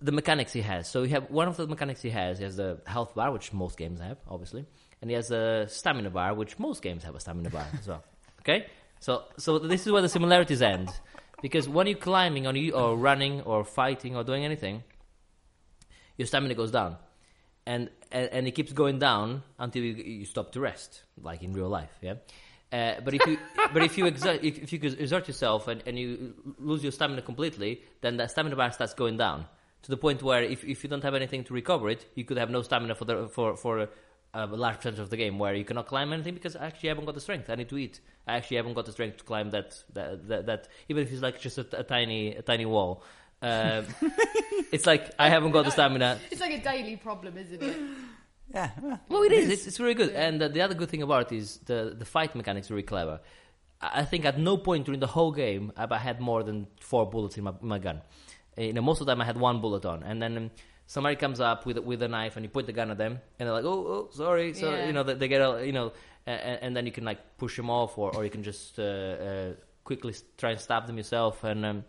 the mechanics he has. So you have one of the mechanics he has. He has the health bar, which most games have, obviously, and he has a stamina bar, which most games have a stamina bar as well. [laughs] Okay, so so this is where the similarities end, because when you're climbing on you or running or fighting or doing anything, your stamina goes down, and and, and it keeps going down until you, you stop to rest, like in real life. Yeah. Uh, but if you but if you exert if, if you exert yourself and, and you lose your stamina completely, then that stamina bar starts going down to the point where if, if you don't have anything to recover it, you could have no stamina for the for for a large percentage of the game where you cannot climb anything because I actually haven't got the strength. I need to eat. I actually haven't got the strength to climb that that that, that even if it's like just a, a tiny a tiny wall. Um, it's like I haven't got the stamina It's like a daily problem, [clears throat] isn't it? yeah, well, well, it is. It's, it's really good. And uh, the other good thing about it is the the fight mechanics are really clever. I I think at no point during the whole game have I had more than four bullets in my, my gun. you know, most of the time I had one bullet on, and then um, somebody comes up with with a knife and you put the gun at them, and they're like, "Oh, oh sorry," so Yeah. you know they, they get all, you know, and, and then you can like push them off, or or you can just uh, uh, quickly s- try and stab them yourself, and. Um,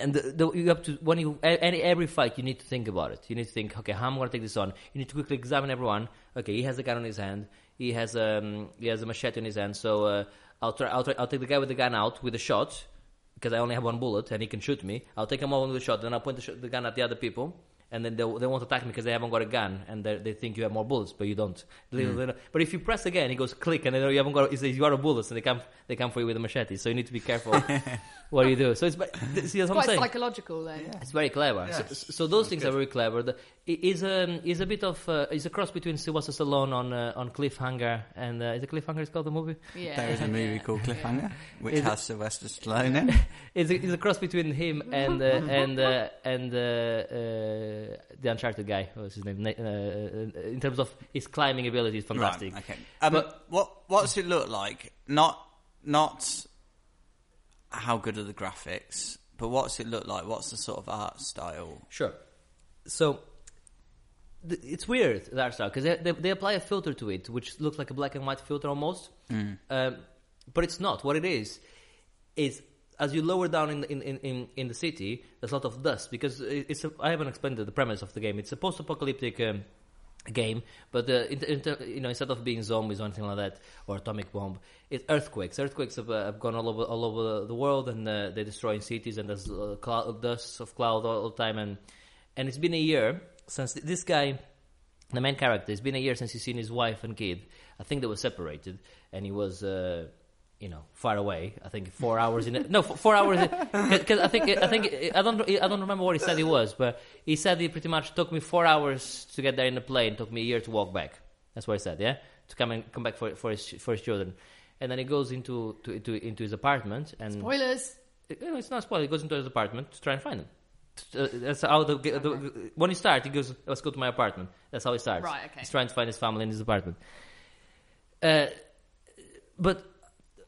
and the, the, you have to when you a- any every fight you need to think about it. You need to think, okay, how am I going to take this on? You need to quickly examine everyone. Okay, he has a gun on his hand. He has um he has a machete in his hand. So uh, I'll try I'll try I'll take the guy with the gun out with a shot because I only have one bullet and he can shoot me. I'll take him out with a shot. Then I'll point the, sh- the gun at the other people. And then they, they won't attack me because they haven't got a gun and they they think you have more bullets, but you don't. They- they know- But if you press again, it goes click, and they know you haven't got. It says you got a bullet, and they come they come for you with a machete. So you need to be careful what you do. So it's but, see that's what I'm Quite saying. psychological then. It's very clever. Yeah. So, so those things are very clever. The, it is a is a bit of uh, is a cross between Sylvester Stallone on uh, on Cliffhanger and uh, is it Cliffhanger? It's called the movie. Yeah. There is a movie yeah, called yeah. Cliffhanger, which Is it- has Sylvester Stallone in. It's a, it's a cross between him and uh, and uh, and uh, uh, the Uncharted guy. What was his name? Na- Uh, in terms of his climbing ability, it's fantastic. Right, okay. Um, what what's it look like? Not not how good are the graphics, but what's it look like? What's the sort of art style? Sure. So th- it's weird the art style because they, they they apply a filter to it, which looks like a black and white filter almost, um, but it's not. What it is is as you lower down in the, in, in- in, in the city, there's a lot of dust because it- it's. A, I haven't explained the premise of the game. It's a post-apocalyptic. Um, game but the in, in, you know instead of being zombies or anything like that or atomic bomb it's earthquakes earthquakes have, uh, have gone all over all over the world and uh, they're destroying cities and there's uh, cloud, dust of cloud all, all the time and and it's been a year since th- this guy the main character it's been a year since he's seen his wife and kid i think they were separated and he was uh, you know far away i think four hours in no f- four hours because i think i think i don't i don't remember what he said he was but he said he pretty much took me four hours to get there in the plane took me a year to walk back that's what he said yeah to come and come back for for his for his children and then he goes into to, to into his apartment and Spoilers. you know, it's not spoiler. He goes into his apartment to try and find him. Uh, That's how the, the, the when he starts. He goes, "Let's go to my apartment." That's how he starts. Right, okay. He's trying to find his family in his apartment. Uh, but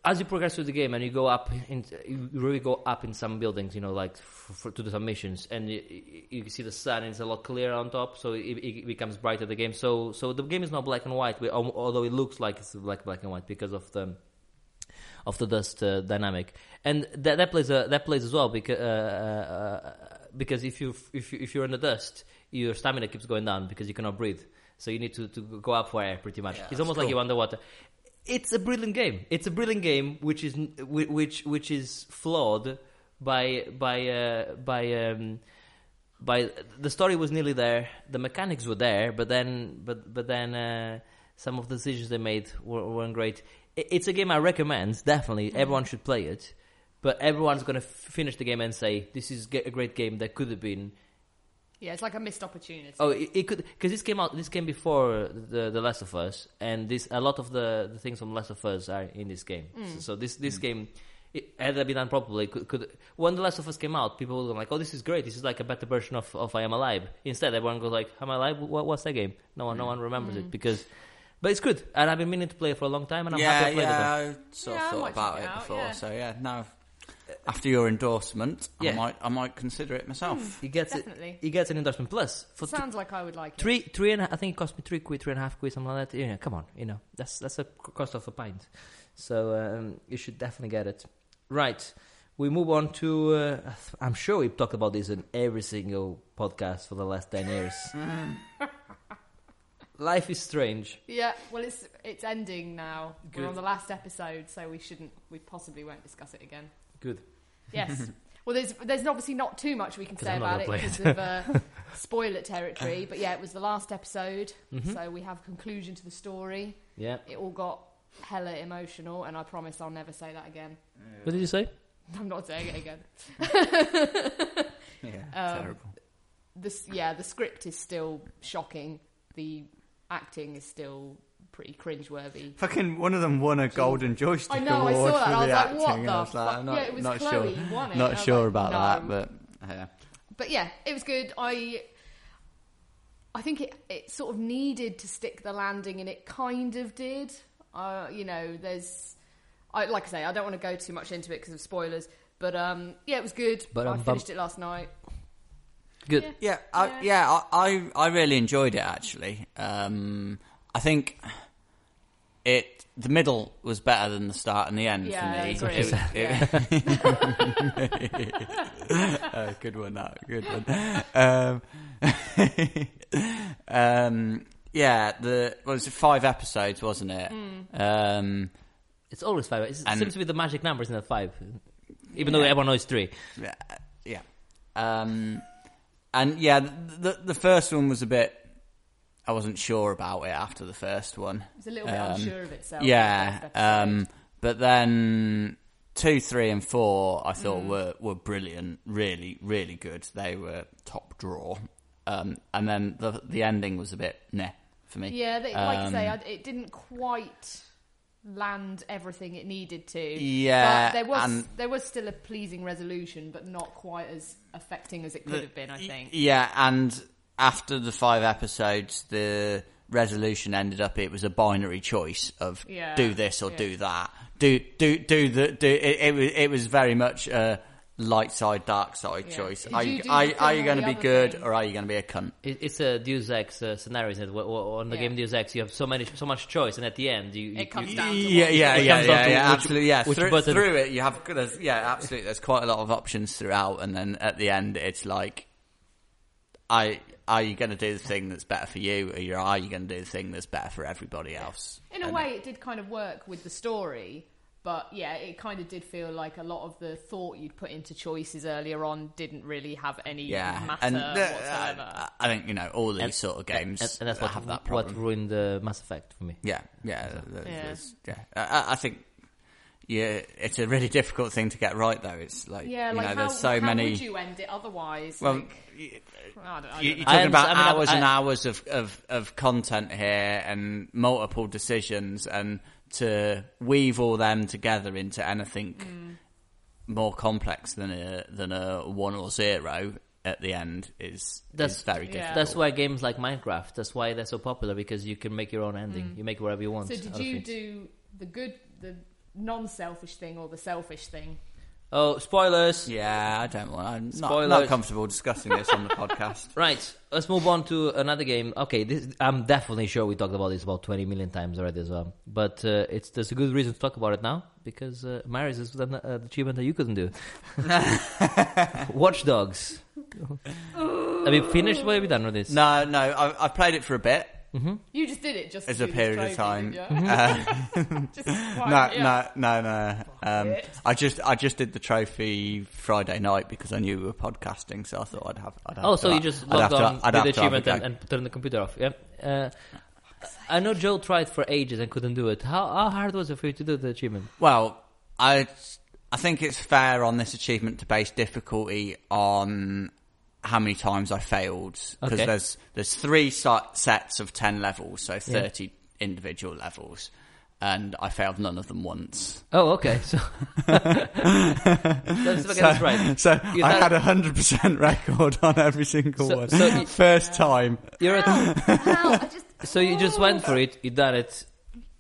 as you progress through the game and you go up, in, you really go up in some buildings, you know, like f for, to do some missions, and you, you can see the sun and it's a lot clearer on top, so it, it becomes brighter. The game, so so the game is not black and white, we- al- although it looks like it's like black and white because of the of the dust uh, dynamic, and that that plays a, that plays as well because uh, uh, because if you if you, if you're in the dust, your stamina keeps going down because you cannot breathe, so you need to, to go up for air pretty much. Yeah, it's that's almost like cool. you're underwater. It's a brilliant game. It's a brilliant game, which is n- whi- which which is flawed by by uh, by. Um, by the story was nearly there, the mechanics were there, but then but but then uh, some of the decisions they made were, weren't great. I it's a game I recommend definitely. Everyone should play it, but everyone's going to finish the game and say this is ge- a great game that could have been. Yeah, it's like a missed opportunity. Oh, it, it could because this came out this came before the the Last of Us, and this a lot of the, the things from Last of Us are in this game. So, so this Mm. this game. It, had that been done properly, could, could when The Last of Us came out, people were like, "Oh, this is great! This is like a better version of, of I Am Alive." Instead, everyone goes like, "Am I Alive? What, what's that game?" No one, no Mm. one remembers it because, but it's good, and I've been meaning to play it for a long time, and I'm yeah, happy I played it. yeah. I sort Yeah, I of might thought about check it it, out, before, yeah. so yeah. Now, after your endorsement, Yeah. I might I might consider it myself. He gets Definitely. it. He gets an endorsement plus for t- Sounds like I would like it. three, three and a, I think it cost me three quid, three and a half quid, something like that. You know, come on, you know that's that's a c- cost of a pint. So um, you should definitely get it. Right, we move on to. Uh, I'm sure we've talked about this in every single podcast for the last ten years. Life is strange. Yeah, well, it's it's ending now. Good. We're on the last episode, so we shouldn't, we possibly won't discuss it again. Good. Yes. [laughs] well, there's there's obviously not too much we can 'Cause say I'm not about it gonna because of uh, [laughs] spoiler territory. But yeah, it was the last episode, Mhm. so we have conclusion to the story. Yeah. It all got hella emotional, and I promise I'll never say that again. [laughs] What did you say? I'm not saying it again. [laughs] Yeah, Um, terrible. This yeah, the script is still shocking. The acting is still pretty cringeworthy. Fucking one of them won a Golden Joystick I know, I Award saw for that. I was the like, acting, what and the? I was like, fuck? I'm not, yeah, it was not Chloe sure, won it. I not was sure like, about no. that, but yeah. but yeah, it was good. I I think it it sort of needed to stick the landing, and it kind of did. Uh, you know, there's I like I say, I don't want to go too much into it because of spoilers. But um, yeah, it was good. But, I um, finished it last night. Good. Yeah. Yeah, I, yeah, I, I I really enjoyed it actually. Um, I think it the middle was better than the start and the end Yeah, I for agree. me. It was- it- [laughs] Uh, good one, that good one. Um, [laughs] um, yeah, the well, it was five episodes, wasn't it? Mm. Um, It's always five. It's, it And- seems to be the magic number, isn't it? Five. Even though everyone knows three. Yeah, yeah. Um, and yeah, the, the the first one was a bit. I wasn't sure about it after the first one. It was a little bit Um, unsure of itself. the Yeah, first episode. um, but then two, three, and four I Mm. thought were were brilliant, really, really good. They were top draw. Um, and then the the ending was a bit meh for me. yeah, they, like I Um, say, I, it didn't quite land everything it needed to. Yeah, but there was and- there was still a pleasing resolution, but not quite as affecting as it could have been. I e- think. Yeah, and after the five episodes, the resolution ended up it was a binary choice of Yeah, do this or yeah. do that. Do do do the do it, it was it was very much a light side dark side Yeah. choice. Did Are you you, do are, the are thing you or going to the be other good thing? or are you going to be a cunt? It, it's a Deus Ex uh, scenario, isn't it? Wh- wh- On the Yeah. game Deus Ex, you have so many, so much choice, and at the end, you, you It comes you- [laughs] down to Yeah, one. yeah, It yeah, comes down yeah, to yeah, which- absolutely. Yeah, which through, button- through it, you have there's, yeah, absolutely. There's quite a lot of options throughout, and then at the end, it's like, I are you going to do the thing that's better for you, or you are you going to do the thing that's better for everybody else? In a And- way, it did kind of work with the story, but yeah, it kind of did feel like a lot of the thought you'd put into choices earlier on didn't really have any yeah, matter and uh, whatsoever. I, I think you know all these sort of games, and, and that's what have that what problem. ruined the Mass Effect for me. Yeah, yeah, th- th- Yeah. there's- yeah. I- I, I think. Yeah, it's a really [laughs] difficult thing to get right, though. It's like yeah, you like know, how, there's so how many. would you end it otherwise? well, like, I don't, I You- You're don't know. I talking am- I about mean, I- hours and I- hours of, of, of content here and multiple decisions and to weave all them together into anything Mm. more complex than a than a one or zero at the end is That's- is very yeah. difficult. That's why games like Minecraft. That's why they're so popular because you can make your own ending. You make whatever you want. Mm. So out of did you it. do the good, the non-selfish thing or the selfish thing? Oh, spoilers! Yeah, I don't want. I'm not, not Spoilers. comfortable discussing this on the podcast. Right, let's move on to another game. Okay, this I'm definitely sure we talked about this about 20 million times already as well. But uh, it's there's a good reason to talk about it now because uh, Marius is an uh, achievement that you couldn't [laughs] do. Watch Dogs. have you finished? What have you done with this? No, no, I, I played it for a bit. You just did it just It's to a do this period of trophy, time. [laughs] Um, didn't you? Just quite- No, yeah. no, no, no. Um, it. I just, I just did the trophy Friday night because I knew we were podcasting, so I thought I'd have. I'd have Oh, to- so you just I'd have logged on, to- I'd did have the to have a achievement, go. and, and turned the computer off. Yeah. Uh, I know Joe tried for ages and couldn't do it. How, how hard was it for you to do the achievement? Well, I I think it's fair on this achievement to base difficulty on how many times I failed because Okay. there's there's three si- sets of ten levels, so thirty individual levels, and I failed none of them once. Oh, okay. So [laughs] let's look at this right. [laughs] So You I had- had a hundred percent [laughs] record on every single So- one. so you- First time, You're at Ow, I just- [laughs] So you just went for it, you done it,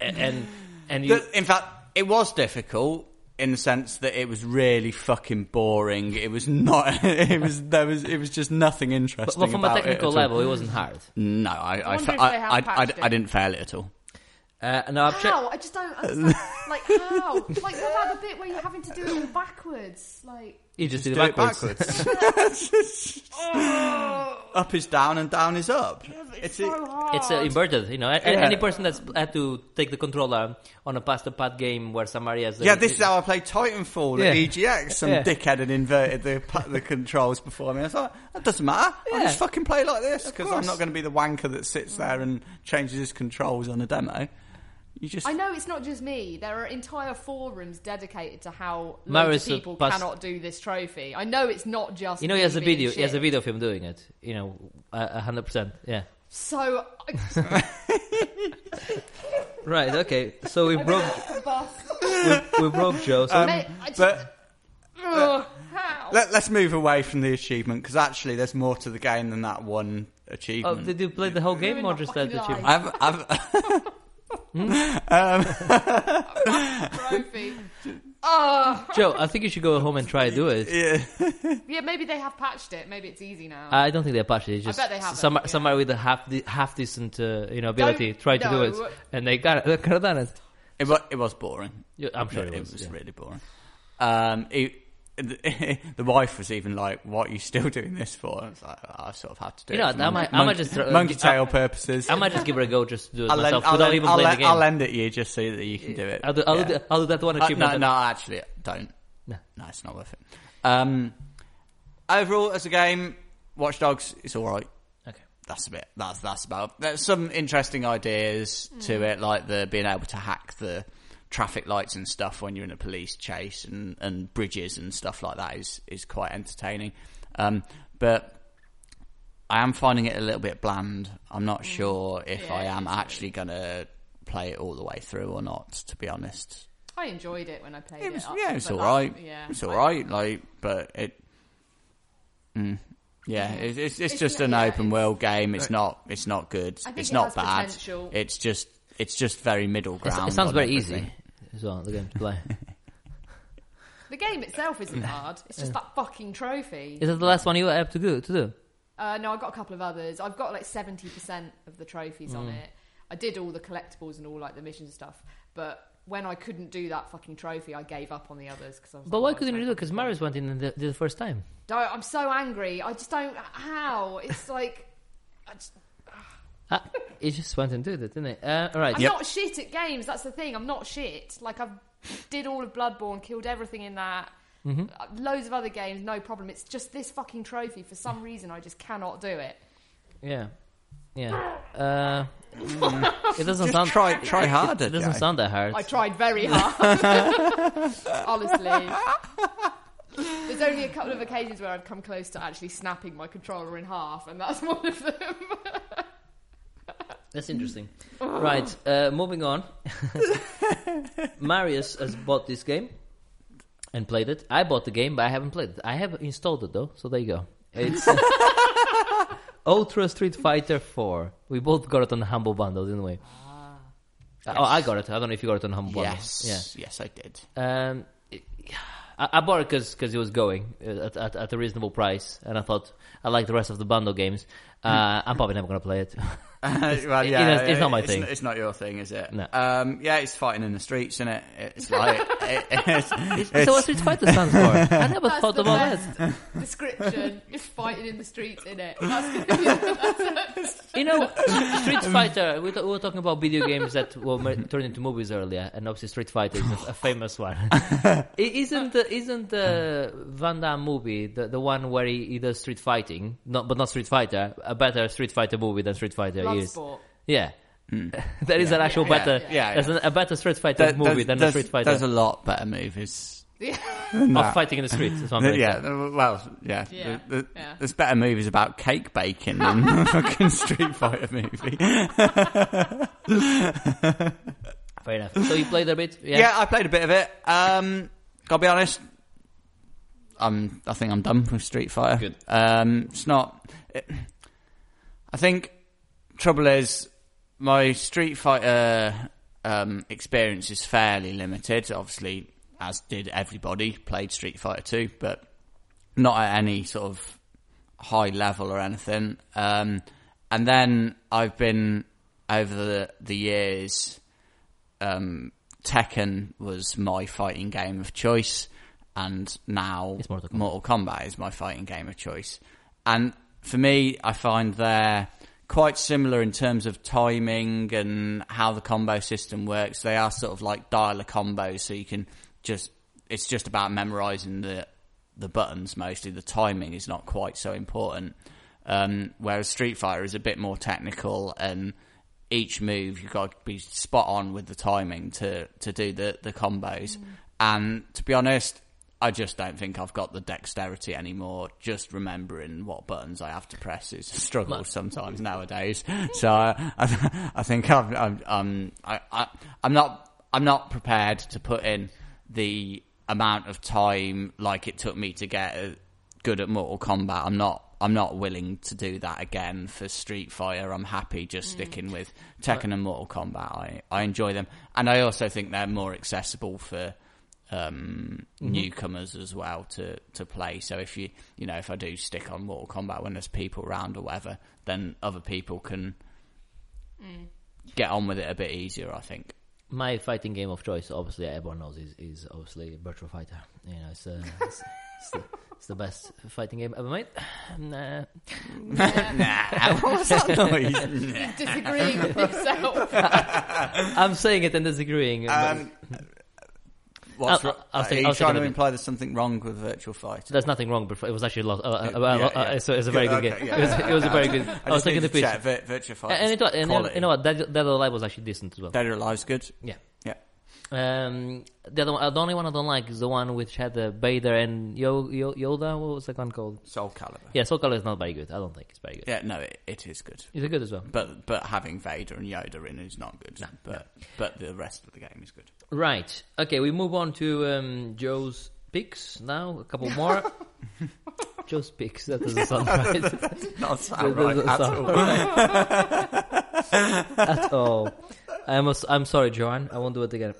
a- and and you. The- in fact, it was difficult in the sense that it was really fucking boring. It was not. [laughs] It was there was. It was just nothing But, interesting. but from a about it technical at all. level, it wasn't hard. no, I I, wonder fa- if I, they have I, I, patched I it. didn't fail it at all. Uh, no, I've checked. How? I just don't [laughs] understand. like how? Like what about the bit where you're having to do it all backwards? Like You just, Do did it it backwards. backwards. up is down and down is up. it's It's- so hard. [laughs] It's uh, inverted, you know. A- a- Yeah. Any person that's had to take the controller on a pasta pad game where somebody has Yeah, this is how I played Titanfall at Yeah. EGX. Some Yeah. dickhead had inverted the pu- the controls before me. I thought that doesn't matter. I Yeah. just fucking play like this because I'm course. not going to be the wanker that sits there and changes his controls on a demo. You just I know it's not just me. There are entire forums dedicated to how Maris loads of people passed- cannot do this trophy. I know it's not just You know, he has a me being video. He has a shit. video of him doing it. You know, a hundred percent. Yeah. So I, [laughs] Right. Okay. So we broke. the bus. We broke Joe. So Mate, I just, but- Ugh, how? Let, let's move away from the achievement because actually, there's more to the game than that one oh, achievement. did you play the whole game or just that? Ruined my achievement? fucking I've, [laughs] I've, trophy. Oh, Joe, I think you should go home and try to do it. Yeah. yeah. Maybe they have patched it. Maybe it's easy now. I don't think they patched it. It's just bet they haven't, some, yeah. somebody with a half de- half decent uh, you know ability Don't- tried to do no. it, and they got it. They could have done it. It was, it was boring. Yeah, I'm sure it, it was, yeah. really boring. Um, it, the, [laughs] the wife was even like, "What are you still doing this for?" I was like, "Oh, "I sort of had to do You it." know, for I might- I might just throw- monkey I- tail purposes. I might just give it a go, just to do it I'll, myself lend, I'll, without lend, even I'll, playing the lend, game. I'll lend it you just so that you can do it. I'll do, I'll, Yeah. do, I'll do that one Uh, achievement. no, no, actually, don't. No. No, it's not worth it. Um, overall, as a game, Watch Dogs, it's all right. Okay. That's a bit. That's that's about. There's some interesting ideas to Mm. it, like the being able to hack the traffic lights and stuff when you're in a police chase and, and bridges and stuff like that is is quite entertaining. Um, but I am finding it a little bit bland. I'm not sure if Mm. Yeah, I am me too. actually going to play it all the way through or not. To be honest, I enjoyed it when I played it. it was up- yeah, it's but all that- right. Yeah, it's I- all right. Like, but it, mm, yeah, it, it's it's, It's just not- an yeah, open it's- world game. It's not it's not good. I think It's it not has bad. potential. It's just it's just very middle It's- ground. it sounds on very everything. easy as well. The game to play. [laughs] The game itself isn't hard. It's just that fucking trophy. Is that the last one you have to do? To do? Uh, no, I've got a couple of others. I've got like seventy percent of the trophies on it. I did all the collectibles and all like the mission stuff, but when I couldn't do that fucking trophy, I gave up on the others because I was. But like, why "Oh, couldn't no you do it? Because fucking Marius went in and did it the first time. point." No, I'm so angry. I just don't. How? It's like. I just- Ah, he just went and did it, didn't he? Uh, all right. I'm Yep. not shit at games. That's the thing. I'm not shit. Like I've did all of Bloodborne, killed everything in that. Mm-hmm. Uh, Loads of other games, no problem. It's just this fucking trophy. For some reason, I just cannot do it. Yeah. Yeah. Uh, [laughs] it doesn't Just sound. try try harder. it doesn't Joe. sound that hard. I [laughs] tried very hard. [laughs] Honestly. There's only a couple of occasions where I've come close to actually snapping my controller in half, and that's [laughs] one of them. That's interesting. right, uh, moving on. [laughs] Marius has bought this game and played it. I bought the game, but I haven't played it. I have installed it though, so there you go. It's Ultra Street Fighter 4. We both got it on the Humble Bundle, didn't we? Oh, I got it. I don't know if you got it on Humble Bundle. Yes, yes, I [laughs] did. [laughs] Yeah. Um, it- I, I bought it because it was going uh, at, at, at a reasonable price, and I thought I like the rest of the bundle games. Uh, I'm probably never going to play it. well, it- yeah, it's not my it's thing. It's not your thing, is it? No. Um, yeah, it's fighting in the streets, isn't it? [laughs] It's like it, it's, so what Street Fighter stands for? I never That's thought the about that. best description. Just fighting in the streets, in it. [laughs] You know, Street Fighter. We, t- we were talking about video games that were ma- turned into movies earlier, and obviously Street Fighter is a, a famous [laughs] one. I- isn't the, isn't the Van Damme movie the, the one where he, he does street fighting? Not, but not Street Fighter. A better Street Fighter movie than Street Fighter is. Bloodsport. [laughs] Yeah, Hmm. [laughs] that is an actual Yeah, better. yeah, yeah. there's an- a better Street Fighter There- movie there's- than a there's- Street Fighter There's a lot better movies. of than that. fighting in the streets. [laughs] Is what I'm The- gonna yeah, say. the- well, yeah. Yeah, The- the- yeah. There's better movies about cake baking than [laughs] the fucking Street Fighter movie. Yeah. fair enough. So you played a bit. Yeah. I played a bit of it. Um, gotta be honest, I'm, I think I'm done with Street Fighter. Good. Um, it's not. It, I think trouble is my Street Fighter um, experience is fairly limited. Obviously, as did everybody played Street Fighter Two, but not at any sort of high level or anything. Um, and then I've been over the the years. Um, Tekken was my fighting game of choice, and now It's Mortal Kombat. Mortal Kombat is my fighting game of choice. And for me, I find they're quite similar in terms of timing and how the combo system works. They are sort of like dialer combos, so you can just it's just about memorizing the the buttons mostly. The timing is not quite so important. Um, whereas Street Fighter is a bit more technical and each move you've got to be spot on with the timing to to do the the combos. And to be honest, I just don't think I've got the dexterity anymore. Just remembering what buttons I have to press is a struggle sometimes nowadays. So I, I, I think I'm, I'm, I'm, I, I, I'm not, I'm not prepared to put in the amount of time like it took me to get uh, good at Mortal Kombat. I'm not. I'm not willing to do that again for Street Fighter. I'm happy just sticking with Tekken and Mortal Kombat. I, I enjoy them, and I also think they're more accessible for um, newcomers as well to, to play. So if you you know if I do stick on Mortal Kombat when there's people around or whatever, then other people can get on with it a bit easier. I think. My fighting game of choice, obviously, everyone knows, is, is obviously Virtual Fighter. You know, it's, uh, [laughs] it's, it's, the, it's the best fighting game ever made. uh, Nah. [laughs] nah, what was that noise? Nah. Disagreeing with himself. [laughs] I'm saying it and disagreeing. Um, what's I'll- wrong? I'll Are think- you I'll think trying of to it. imply there's something wrong with Virtual Fighter? There's nothing wrong, but it was actually a lot. Uh, uh, Yeah, uh, uh, yeah. uh, so it's a very good, Good, okay, game. yeah. It was, it was a very good. I, [laughs] I, was just taking need the to pitch, check Vir- Virtual Fighter. and, it, was- and you know- you know what? That that other life was actually decent as well. Dead or Alive's good. yeah. Yeah. Um, the, other one, the only one I don't like is the one which had the Vader and Yo- Yo- Yoda. What was that one called? Soul Calibur. Yeah, Soul Calibur is not very good. I don't think it's very good. Yeah, no, it, it is good. Is it good as well? But but having Vader and Yoda in is not good. but but the rest of the game is good. Right. Okay, we move on to um, Joe's picks now. A couple [laughs] more. Joe's picks. That doesn't sound right [laughs] [laughs] That Not sound right doesn't at sound all. at all. I must. I'm sorry, Joanne. I won't do it again.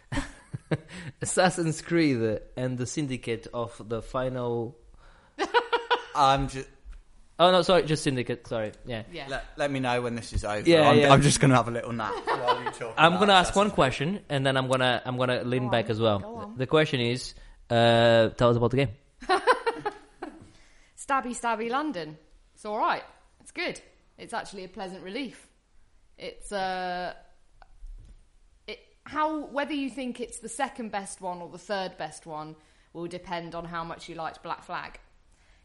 [laughs] Assassin's Creed and the Syndicate of the final. [laughs] I'm just, Oh no, sorry, just Syndicate. Sorry. Yeah. Yeah. let, let me know when this is over. Yeah, I'm, yeah. I'm just going to have a little nap while you talk. I'm about gonna ask Assassin's one question, and then I'm gonna I'm gonna lean Go back on, as go well. on. The question is, uh, tell us about the game. Stabby Stabby London. It's all right. It's good. It's actually a pleasant relief. It's uh, it, how whether you think it's the second best one or the third best one will depend on how much you liked Black Flag.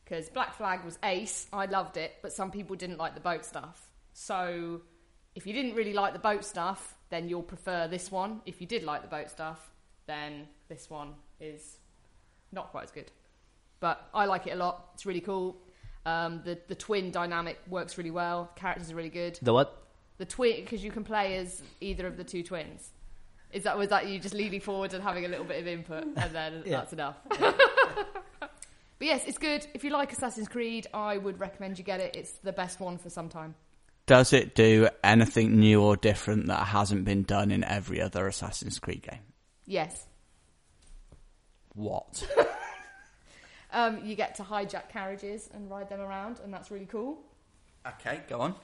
Because Black Flag was ace, I loved it, but some people didn't like the boat stuff. So if you didn't really like the boat stuff, then you'll prefer this one. If you did like the boat stuff, then this one is not quite as good but I like it a lot. It's really cool. Um, the the twin dynamic works really well. Characters are really good. The what? The twin because you can play as either of the two twins. Is that was that you just leaning forward and having a little bit of input, and then [laughs] Yeah. that's enough. [laughs] but yes, it's good. If you like Assassin's Creed, I would recommend you get it. It's the best one for some time. Does it do anything new or different that hasn't been done in every other Assassin's Creed game? Yes, What? um, you get to hijack carriages and ride them around, and that's really cool. okay, go on.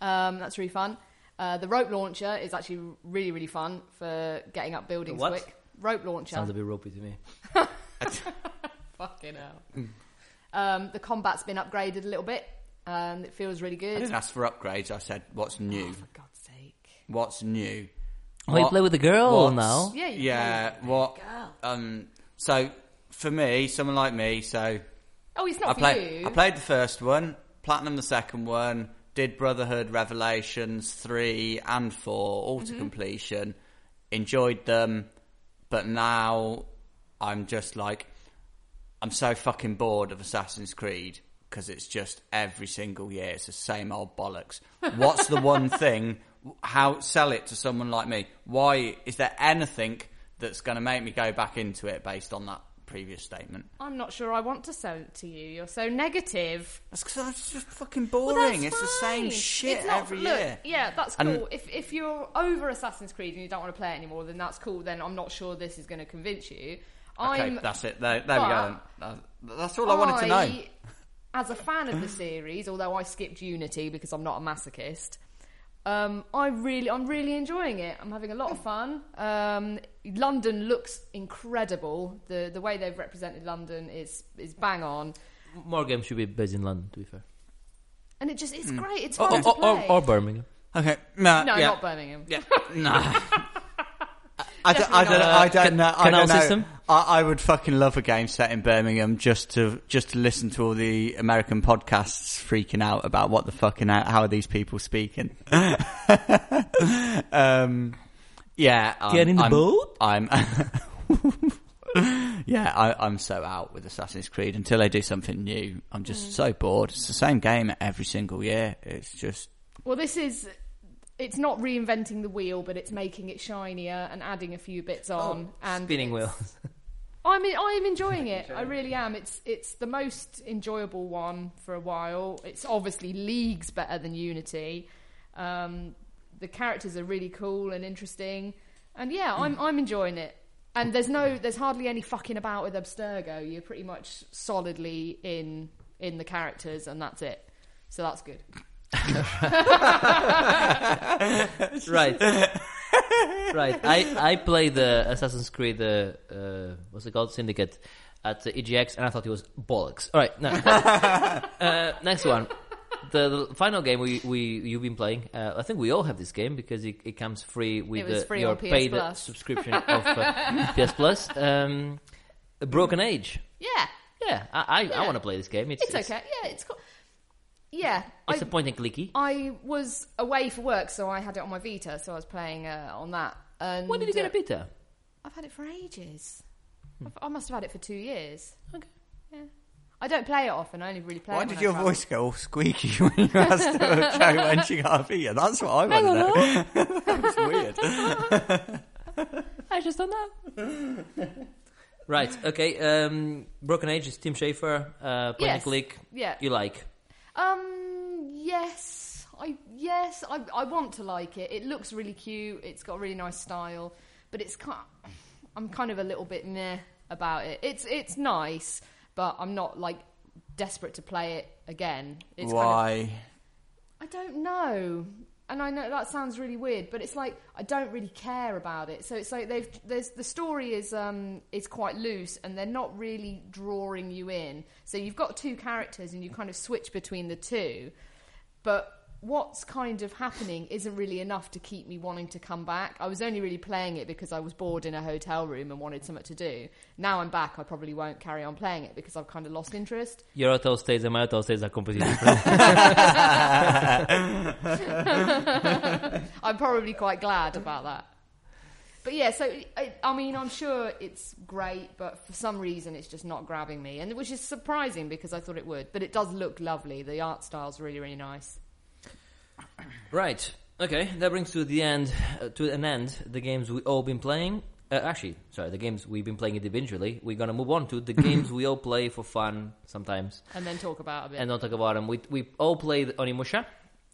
Um, that's really fun. Uh, the rope launcher is actually really, really fun for getting up buildings what? quick. Rope launcher. Sounds a bit ropey to me. Fucking hell. um, the combat's been upgraded a little bit. Um, it feels really I good. didn't ask for upgrades. I said, what's Oh, new? for God's sake. What's new? Oh, you What- play with the girl what's- now. Yeah, you yeah. play- What? Girl. Um. So for me, someone like me, so Oh, it's not I for played. you. I played the first one, platinum the second one, did Brotherhood Revelations three and four all Mm-hmm. to completion. Enjoyed them, but now I'm just like, I'm so fucking bored of Assassin's Creed because it's just every single year it's the same old bollocks. What's the [laughs] one thing? How sell it to someone like me? Why is there anything that's going to make me go back into it based on that previous statement? I'm not sure I want to sell it to you. You're so negative. That's because it's just fucking Well, boring. it's that's the fine. same shit It's not- every look, year. Yeah, that's And- cool. If if you're over Assassin's Creed and you don't want to play it anymore, then that's cool. Then I'm not sure this is going to convince you. Okay, I'm that's it. There, there we go. Then. That- That's all I wanted to know. I, As a fan of the series, although I skipped Unity because I'm not a masochist, um, I really, I'm really enjoying it. I'm having a lot of fun. Um, London looks incredible. the The way they've represented London is is bang on, More games should be based in London, to be fair. and it just it's Hmm. great. Oh, It's Or, fun to or, play. or, Oh, or Birmingham. Um, Okay, no, no, yeah, not Birmingham. yeah, no. I, I don't, I don't, I don't Can- know. I canal don't know. system? I, I would fucking love a game set in Birmingham just to just to listen to all the American podcasts freaking out about what the fucking how are these people speaking. [laughs] um, yeah, I'm, Get in the I'm- boat? I'm [laughs] yeah, I, I'm so out with Assassin's Creed until they do something new. I'm just so bored. It's the same game every single year. It's just Well, this is. It's not reinventing the wheel, but it's making it shinier and adding a few bits Oh, on. and Oh, Spinning it's- wheel. I'm I'm enjoying it. I really am. It's it's the most enjoyable one for a while. It's obviously leagues better than Unity. Um, the characters are really cool and interesting, and yeah, I'm I'm enjoying it. And there's no, there's hardly any fucking about with Abstergo. You're pretty much solidly in in the characters, and that's it. So that's good. [laughs] right, right. I I played the Assassin's Creed, uh, uh, what's it called, Syndicate, at the EGX, and I thought it was bollocks. All [laughs] right, no. uh, next one. The, the final game we, we you've been playing. Uh, I think we all have this game because it, it comes free with was uh, free your on PS paid Plus. [laughs] subscription of uh, PS Plus. Um, Broken Age. Yeah, Yeah, I I, I Yeah. want to play this game. It's, it's okay. Yeah, it's cool. Yeah, It's I- a point and clicky. I was away for work, so I had it on my Vita, so I was playing uh, on that. And When did you get uh, a beta? I've had it for ages. I've, I must have had it for two years. Okay. Yeah. I don't play it often. I only really play. Why it did when I your travel. voice go all squeaky [laughs] when you asked Joe when she got a beer? That's what I want to know. [laughs] It's weird. I just don't know. right. Okay. Um, Broken Age is Tim Schafer. Uh, point and Yes. click. Yeah. You like? Um. Yes. I yes. I I want to like it. It looks really cute. It's got a really nice style, but it's kind. I'm kind of a little bit meh about it. It's it's nice, but I'm not like desperate to play it again. It's kind of- Why? I don't know. And I know that sounds really weird, but it's like I don't really care about it. So it's like they've there's the story is um is quite loose and they're not really drawing you in. So you've got two characters and you kind of switch between the two. But what's kind of happening isn't really enough to keep me wanting to come back. I was only really playing it because I was bored in a hotel room and wanted something to do. Now I'm back, I probably won't carry on playing it because I've kind of lost interest. Your hotel stays and my hotel stays are completely different. I'm probably quite glad about that. But yeah, so I, I mean, I'm sure it's great, but for some reason it's just not grabbing me, and which is surprising because I thought it would. But it does look lovely. The art style's really, really nice. right. Okay. That brings to the end uh, to an end the games we all been playing. Uh, actually, sorry, the games we've been playing individually. We're gonna move on to the games we all play for fun sometimes, And then talk about a bit. and don't talk about them. We we all played Onimusha,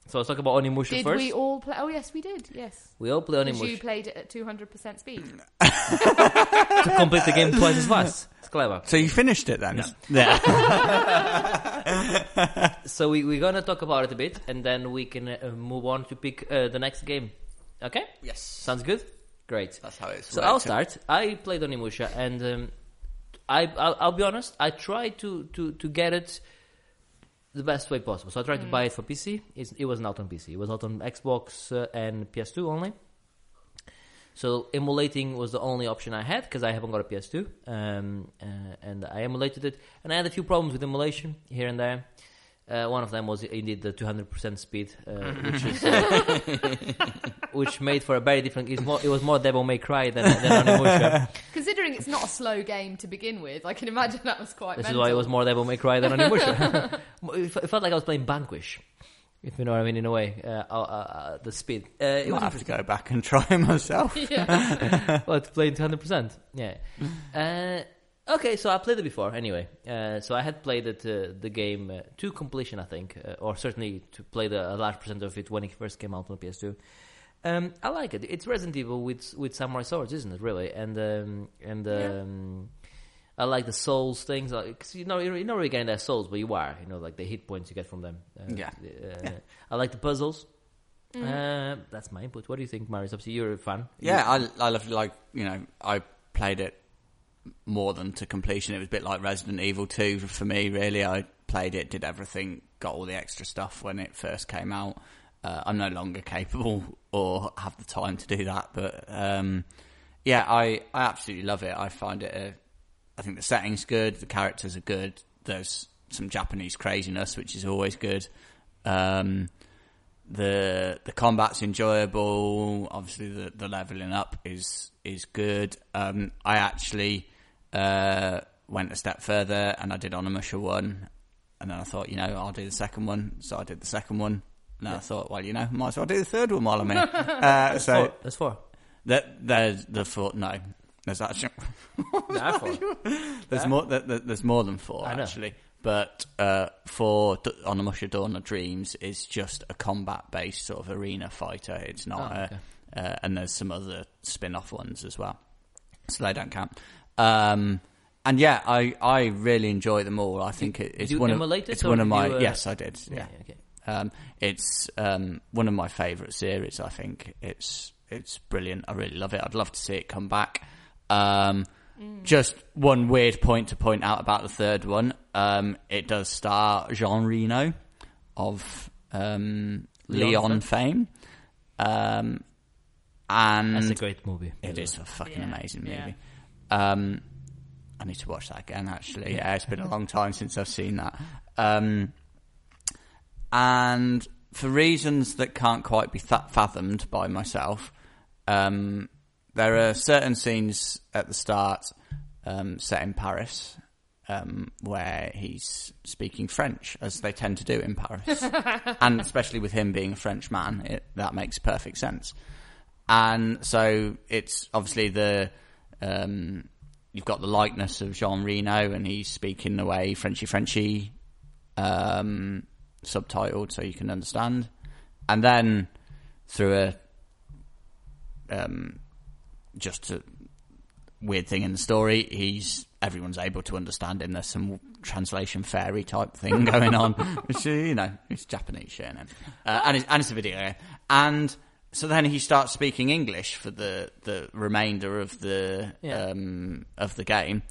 so let's talk about Onimusha did first. we all play? Oh yes, we did. Yes. We all play Because you Onimusha played it at 200% speed. to complete the game twice as fast. It's clever. So you finished it then? Yeah. So we, we're gonna talk about it a bit, and then we can uh, move on to pick uh, the next game. Okay, yes. sounds good. Great. That's how it's. So I'll start. I played Onimusha, and um, I I'll, I'll be honest. I tried to, to, to get it the best way possible. So I tried to buy it for PC. It's, it wasn't out on PC. It was out on Xbox uh, and PS2 only. So emulating was the only option I had because I haven't got a PS2, um, uh, and I emulated it. And I had a few problems with emulation here and there. Uh, one of them was indeed the 200% speed, uh, which is uh, which made for a very different. It's more, it was more Devil May Cry than, than Onimusha. Considering it's not a slow game to begin with, I can imagine that was quite. This is mental. why it was more Devil May Cry than [laughs] Onimusha. it fe- [laughs] it felt like I was playing Vanquish, if you know what I mean. In a way, uh, uh, uh, the speed. Uh, it I was have to go back and try [laughs] it myself. yeah. [laughs] well, it's playing 200%. Yeah. Uh, okay, so I played it before anyway. Uh, so I had played it, uh, the game uh, to completion, I think, uh, or certainly to play the, a large percent of it when it first came out on PS2. Um, I like it. It's Resident Evil with with samurai swords, isn't it? Really, and um, and Yeah. um, I like the souls things. Like, 'cause you know, you're you're not really getting their souls, but you are. You know, like the hit points you get from them. Uh, Yeah. Mm-hmm. uh, I like the puzzles. Uh, that's my input. What do you think, Marius? Obviously, you're a fan. Yeah, I, I loved like you know I played it more than to completion. It was a bit like Resident Evil Two for me. Really, I played it, did everything, got all the extra stuff when it first came out. Uh, I'm no longer capable or have the time to do that, but um, yeah, I I absolutely love it. I find it a I think the setting's good, the characters are good. There's some Japanese craziness, which is always good. Um, the the combat's enjoyable. Obviously, the, the leveling up is is good. Um, I actually uh, went a step further and I did Onimusha one, and then I thought, you know, I'll do the second one. So I did the second one. And then I thought, well, you know, might as well do the third one while I'm here. Uh, so Four. Oh, That's [laughs] four. that there's the four. No, there's actually Nah, four. there's Yeah. more. There, there- there's more than four I know. actually. But uh, for D- Onimusha Dawn of Dreams is just a combat-based sort of arena fighter. It's not, Oh, a, okay. uh, and there's some other spin-off ones as well. so they don't count. Um, and yeah, I, I really emjoy them all. I think it, it's you one of emulate it, it's or one of did my you, uh, yes, I did. Yeah, okay. um, it's um, one of my favourite series. I think it's it's brilliant. I really love it. I'd love to see it come back. Um, Just one weird point to point out about the third one. Um, it does star Jean Reno of um, Leon Leon, fame, um, and That's a great movie. it is a fucking Yeah, amazing yeah. movie. Um, I need to watch that again. Actually, yeah, it's been a long time since I've seen that. Um, and for reasons that can't quite be th- fathomed by myself, um, there are certain scenes at the start um, set in Paris um, where he's speaking French, as they tend to do in [laughs] Paris, and especially with him being a French man, it, that makes perfect sense. And so it's obviously the um, you've got the likeness of Jean Reno, and he's speaking the way Frenchy Frenchy um, subtitled so you can understand. And then through a um, just a weird thing in the story, he's everyone's able to understand him. There's some translation fairy type thing [laughs] going on, which uh, you know it's Japanese shit, isn't it? uh, and it's, and it's a video game. And so then he starts speaking English for the the remainder of the Yeah. um, of the game.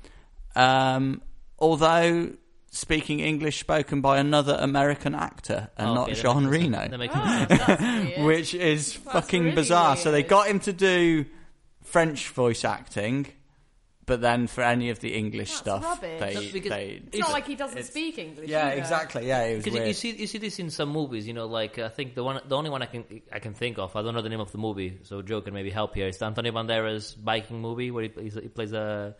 Um, although speaking English spoken by another American actor and Oh, not okay, that Jean makes sense. Reno That makes Oh, sense. [laughs] that's weird. which is fucking really bizarre. So they weird. got him to do French voice acting, but then for any of the English That's stuff, rubbish. they, That's because- they it's not like he doesn't speak English. yeah, either. exactly. Yeah, it was Because you, you weird. see, you see this in some movies. You know, like I think the one, the only one I can I can think of. I don't know the name of the movie, so Joe can maybe help here. It's Antonio Banderas' biking movie where he, he's, he plays a.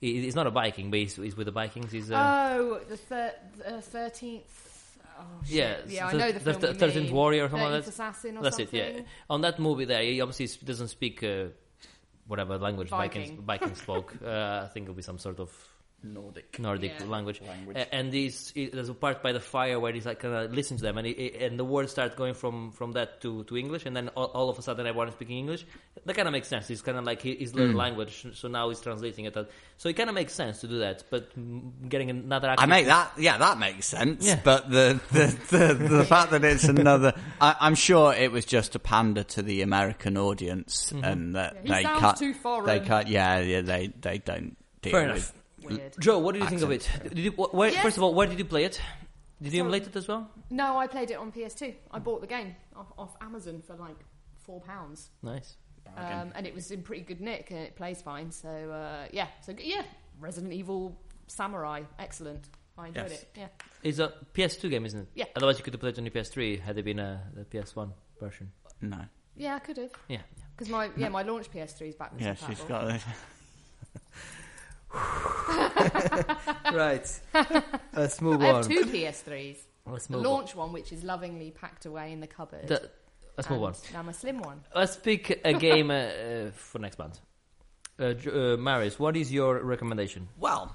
He, he's not a biking, but he's, he's with the Vikings. He's a, Oh, the thir- the thirteenth. Oh, shit. yeah, yeah, I th- know the th- film. th- you 13th mean. Warrior or something like 13th that. Assassin or That's something. it. Yeah, on that movie there, he obviously s- doesn't speak uh, whatever language Vikings Viking. [laughs] Vikings spoke. Uh, I think it'll be some sort of Nordic. Nordic Yeah. language. Language. A- And these, i- there's a part by the fire where he's like kind of listen to them, and he, and the words start going from from that to to English, and then all, all of a sudden everyone is speaking English. That kind of makes sense. It's kind of like he, he's Mm. learned language, so now he's translating it. So it kind of makes sense to do that. But mm, getting another actor, I make that, yeah, that makes sense. Yeah. But the the, the, [laughs] the fact that it's another, I, I'm sure it was just to pander to the American audience, Mm-hmm. and that Yeah, he they sounds can't, too foreign. they can't, yeah, yeah, they they don't deal Fair with. enough. Weird. Joe, what do you think of it? Did you, wh- where, Yes. First of all, where did you play it? Did you So- emulate it as well? No, I played it on PS2. I bought the game off, off Amazon for like four pounds, Nice. um, and it was in pretty good nick, and it plays fine. So uh, yeah, so g- yeah, Resident Evil Samurai, excellent. I enjoyed Yes. it. Yeah, It's a PS2 game, isn't it? Yeah. Otherwise, you could have played it on the PS3 had it been uh, the PS1 version. Um, No, yeah, I could have Yeah. because my yeah my launch PS3 is backwards yeah, compatible. she's got. A, [laughs] right. Let's move I have two PS3s. Let's The move on. launch one, which is lovingly packed away in the cupboard. The- let's move on. and Now my slim one. Let's pick [laughs] a game uh, uh, for next month. Uh, J- uh, Marius, what is your recommendation? [laughs] Well,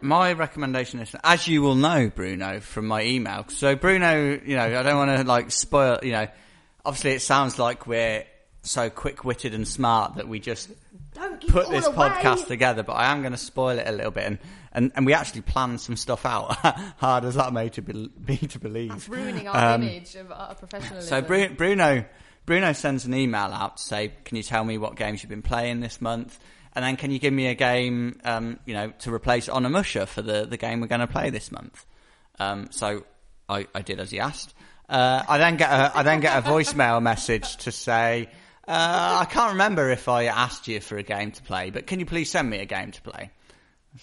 my recommendation is, as you will know, Bruno, from my email. So, Bruno, you know, I don't want to like spoil, you know, obviously it sounds like we're so quick witted and smart that we just Don't give put all this away. podcast together, but I am going to spoil it a little bit. And, and, and we actually planned some stuff out, [laughs] hard as that may to be, be to That's believe. ruining our Um, image of our professionalism. So, Bru- Bruno, Bruno sends an email out to say, "Can you tell me what games you've been playing this month?" And then, can you give me a game, um, you know, to replace Onimusha for the, the game we're going to play this month? Um, so I, I did as he asked. Uh, I then get a, I then get a voicemail message to say, uh, I can't remember if I asked you for a game to play, but can you please send me a game to play?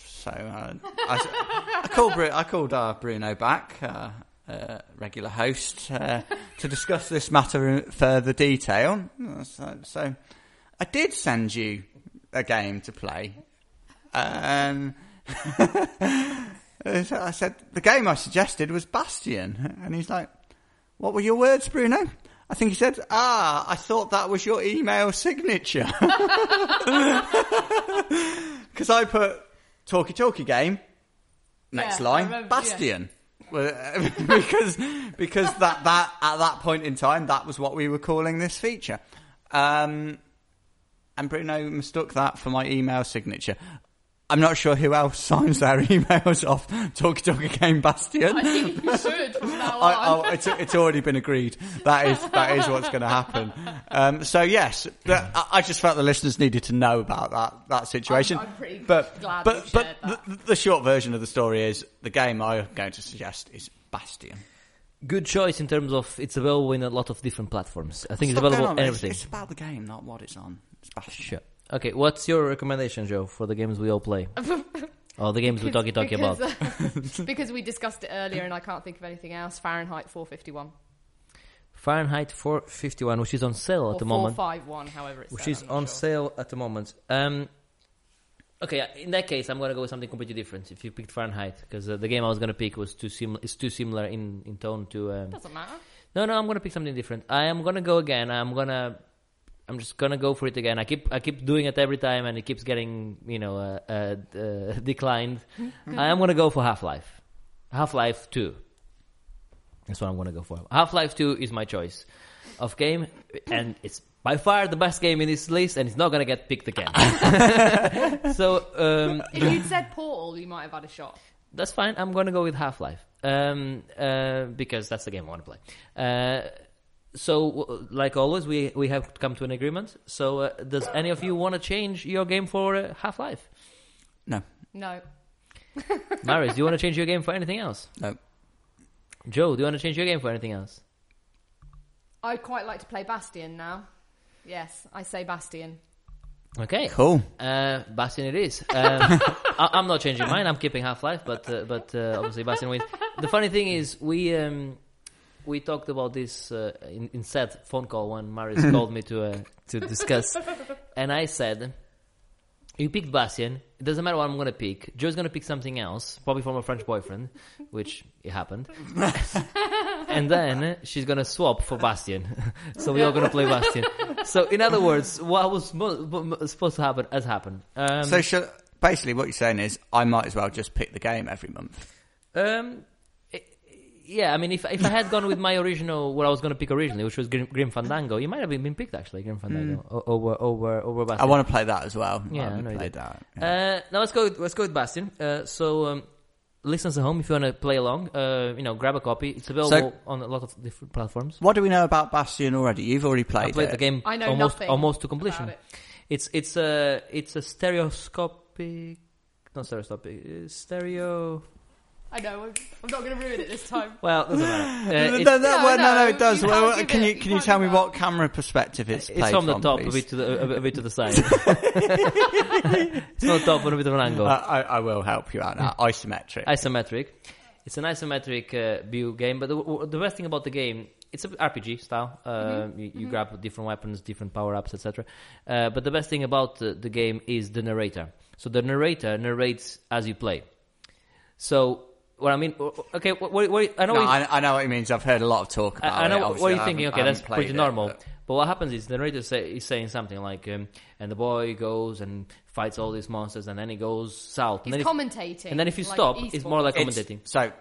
So uh, I, I called Bru- I called uh, Bruno back, uh, uh, regular host, uh, to discuss this matter in further detail. So, so I did send you a game to play. [laughs] Um, so I said the game I suggested was Bastion, and he's like, "What were your words, Bruno?" I think he said, "Ah, I thought that was your email signature." [laughs] Because I put talkie talkie game, next Yeah, I line, remember, yeah. Bastion. Well, [laughs] because because that, that at that point in time that was what we were calling this feature, um, and Bruno mistook that for my email signature. I'm not sure who else [laughs] signs their emails off Talkie Talkie Game Bastion. I think [laughs] you should from now [laughs] on. [laughs] I, I, it's, it's already been agreed. That is that is what's going to happen. Um, so yes, but I, I just felt the listeners needed to know about that that situation. I'm pretty but glad but we've but shared that. The, the short version of the story is the game I'm going to suggest is Bastion. Good choice in terms of it's available in a lot of different platforms. I think it's Stop available going on on, everything. It's, it's about the game, not what it's on. It's Bastion. Sure. Okay, what's your recommendation, Joe, for the games we all [laughs] play? or the games we're talking talking about? [laughs] Because, uh, because we discussed it earlier and I can't think of anything else. Fahrenheit 451. Fahrenheit 451, which is on sale Or at the moment. 451, however it's which said, is I'm not on sure. sale at the moment. Um, okay, in that case, I'm gonna go with something completely different. If you picked Fahrenheit, because uh, the game I was gonna pick was too sim, it's too similar in in tone to. Um, Doesn't matter. no, no, I'm gonna pick something different. I am gonna go again. I'm gonna, I'm just gonna go for it again. I keep I keep doing it every time, and it keeps getting you know uh, uh, uh, [laughs] declined. I am gonna go for Half Life, Half Life Two. That's what I'm gonna go for. Half Life Two is my choice of game, and it's by far the best game in this list, and it's not gonna get picked again. [laughs] so um, If you'd said Portal, you might have had a shot. that's fine. I'm going to go with Half Life um, uh, because that's the game I want to play. Uh, so, w- like always, we we have come to an agreement. So, uh, does any of you want to change your game for uh, Half Life? No, No. Marius, do you want to change your game for anything else? no. Joe, do you want to change your game for anything else? I'd quite like to play Bastion now. Yes, I say Bastion. Okay, Cool. uh, Bastion it is. Um, I, I'm not changing mine. I'm keeping Half Life, but uh, but uh, obviously Bastion wins. The funny thing is, we um, we talked about this uh, in, in said phone call when Marius called me to uh, to discuss, and I said, "You picked Bastion. It doesn't matter what I'm going to pick. Joe's going to pick something else, probably from a French boyfriend, which it happened, and then she's going to swap for Bastion. [laughs] so we are going to play Bastion. So in other words, what was mo- mo- mo- supposed to happen has happened. Um, so should, basically, what you're saying is I might as well just pick the game every month. Um, i- yeah, I mean, if if I had gone with my original, what I was going to pick originally, which was Grim, Grim Fandango, it might have been, been picked actually, Grim Fandango o- over over over I Bastion. want to play that as well. Yeah, I I haven't know you played did. that. Yeah. Uh, now let's go. With, let's go with Bastion. Uh, so. Um, Listeners at home, if you want to play along, uh, you know, grab a copy. It's available on a lot of different platforms. What do we know about Bastion already? You've already played, I played it. the game I know almost nothing almost to about completion. it. It's it's a it's a stereoscopic, not stereoscopic, uh, stereo. I know, I'm, I'm not going to ruin it this time. Well, doesn't matter. Uh, [laughs] No, it's- no, no, No, well, no, no, no, it does. you Well, can't well, give can it- you you can you can't tell do me that. what camera perspective it's, It's played from the top, a please? bit to the a, a bit to the [laughs] side. it's from the top and a bit of an angle. Uh, Hmm. I, I, I will help you out now. Isometric. isometric. It's an isometric uh, view game, but the, the best thing about the game, it's a RPG style. Uh, You, you grab different weapons, different power ups, etc. Uh, but the best thing about the, the game is the narrator. So the narrator narrates as you play. So what I mean, okay, what, what, what, I know no, what you- I, I know what it means. I've heard a lot of talk about I, I know it. what- Oh, Obviously, what I you're haven't- thinking. I Okay, that's haven't played pretty it, normal. but- but what happens is the narrator say, is saying something like, um, "And the boy goes and fights all these monsters, and then he goes south." and He's then if- commentating. and then if you like stop, it's esports. more like It's- commentating. So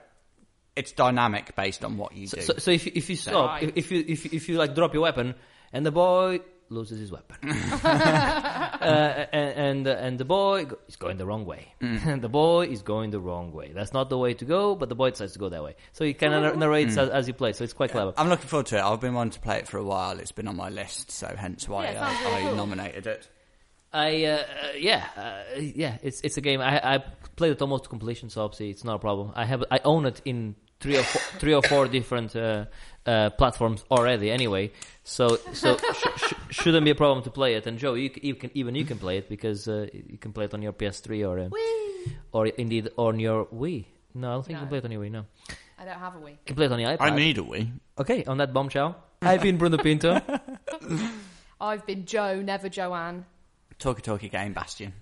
it's dynamic based on what you do. So, so if you, if you stop, Right. if, if you if you, if you like drop your weapon, and the boy loses his weapon, [laughs] [laughs] uh, and and and the boy go- is going the wrong way, Mm. and [laughs] the boy is going the wrong way. That's not the way to go, but the boy decides to go that way. So he kind of narrates Mm. as, as he plays. So it's quite clever. I'm looking forward to it. I've been wanting to play it for a while. It's been on my list, so hence why Yeah, it sounds really I, I cool. nominated it. I uh, uh, yeah uh, yeah it's it's a game I I played it almost to completion so obviously it's not a problem I have I own it in three or four, three or four different uh, uh, platforms already anyway so so sh- sh- shouldn't be a problem to play it and Joe you, c- you can even you can play it because uh, you can play it on your PS3 or uh, or indeed on your Wii no I don't think you can No. play it on your Wii no you I don't have a week. can play it on your iPad I need a wee. okay on that bombshell I've been Bruno Pinto [laughs] I've been Joe, never Joanne. Talkie talkie game, [laughs] Bastion.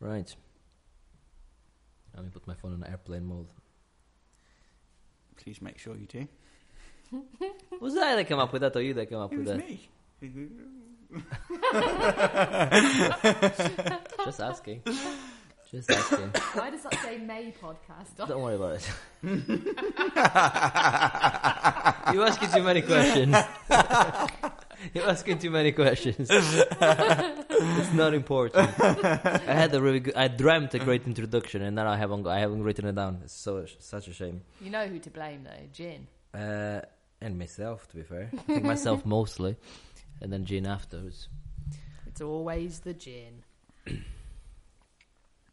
right let me put my phone on airplane mode Please make sure you do. Was I that came up with that, or you that came up It with was that? me. [laughs] Just [laughs] asking. Just asking. Why does that say May podcast? [laughs] on- Don't worry about [laughs] it. You're asking too many questions. [laughs] You're asking too many [laughs] questions. it's not important. I had a really good. I dreamt a great introduction, and now I haven't. I haven't written it down. It's so such a shame. You know who to blame though, Jin. Uh, and myself, to be fair, I think [laughs] myself mostly, and then Jean afterwards. It's always the gin.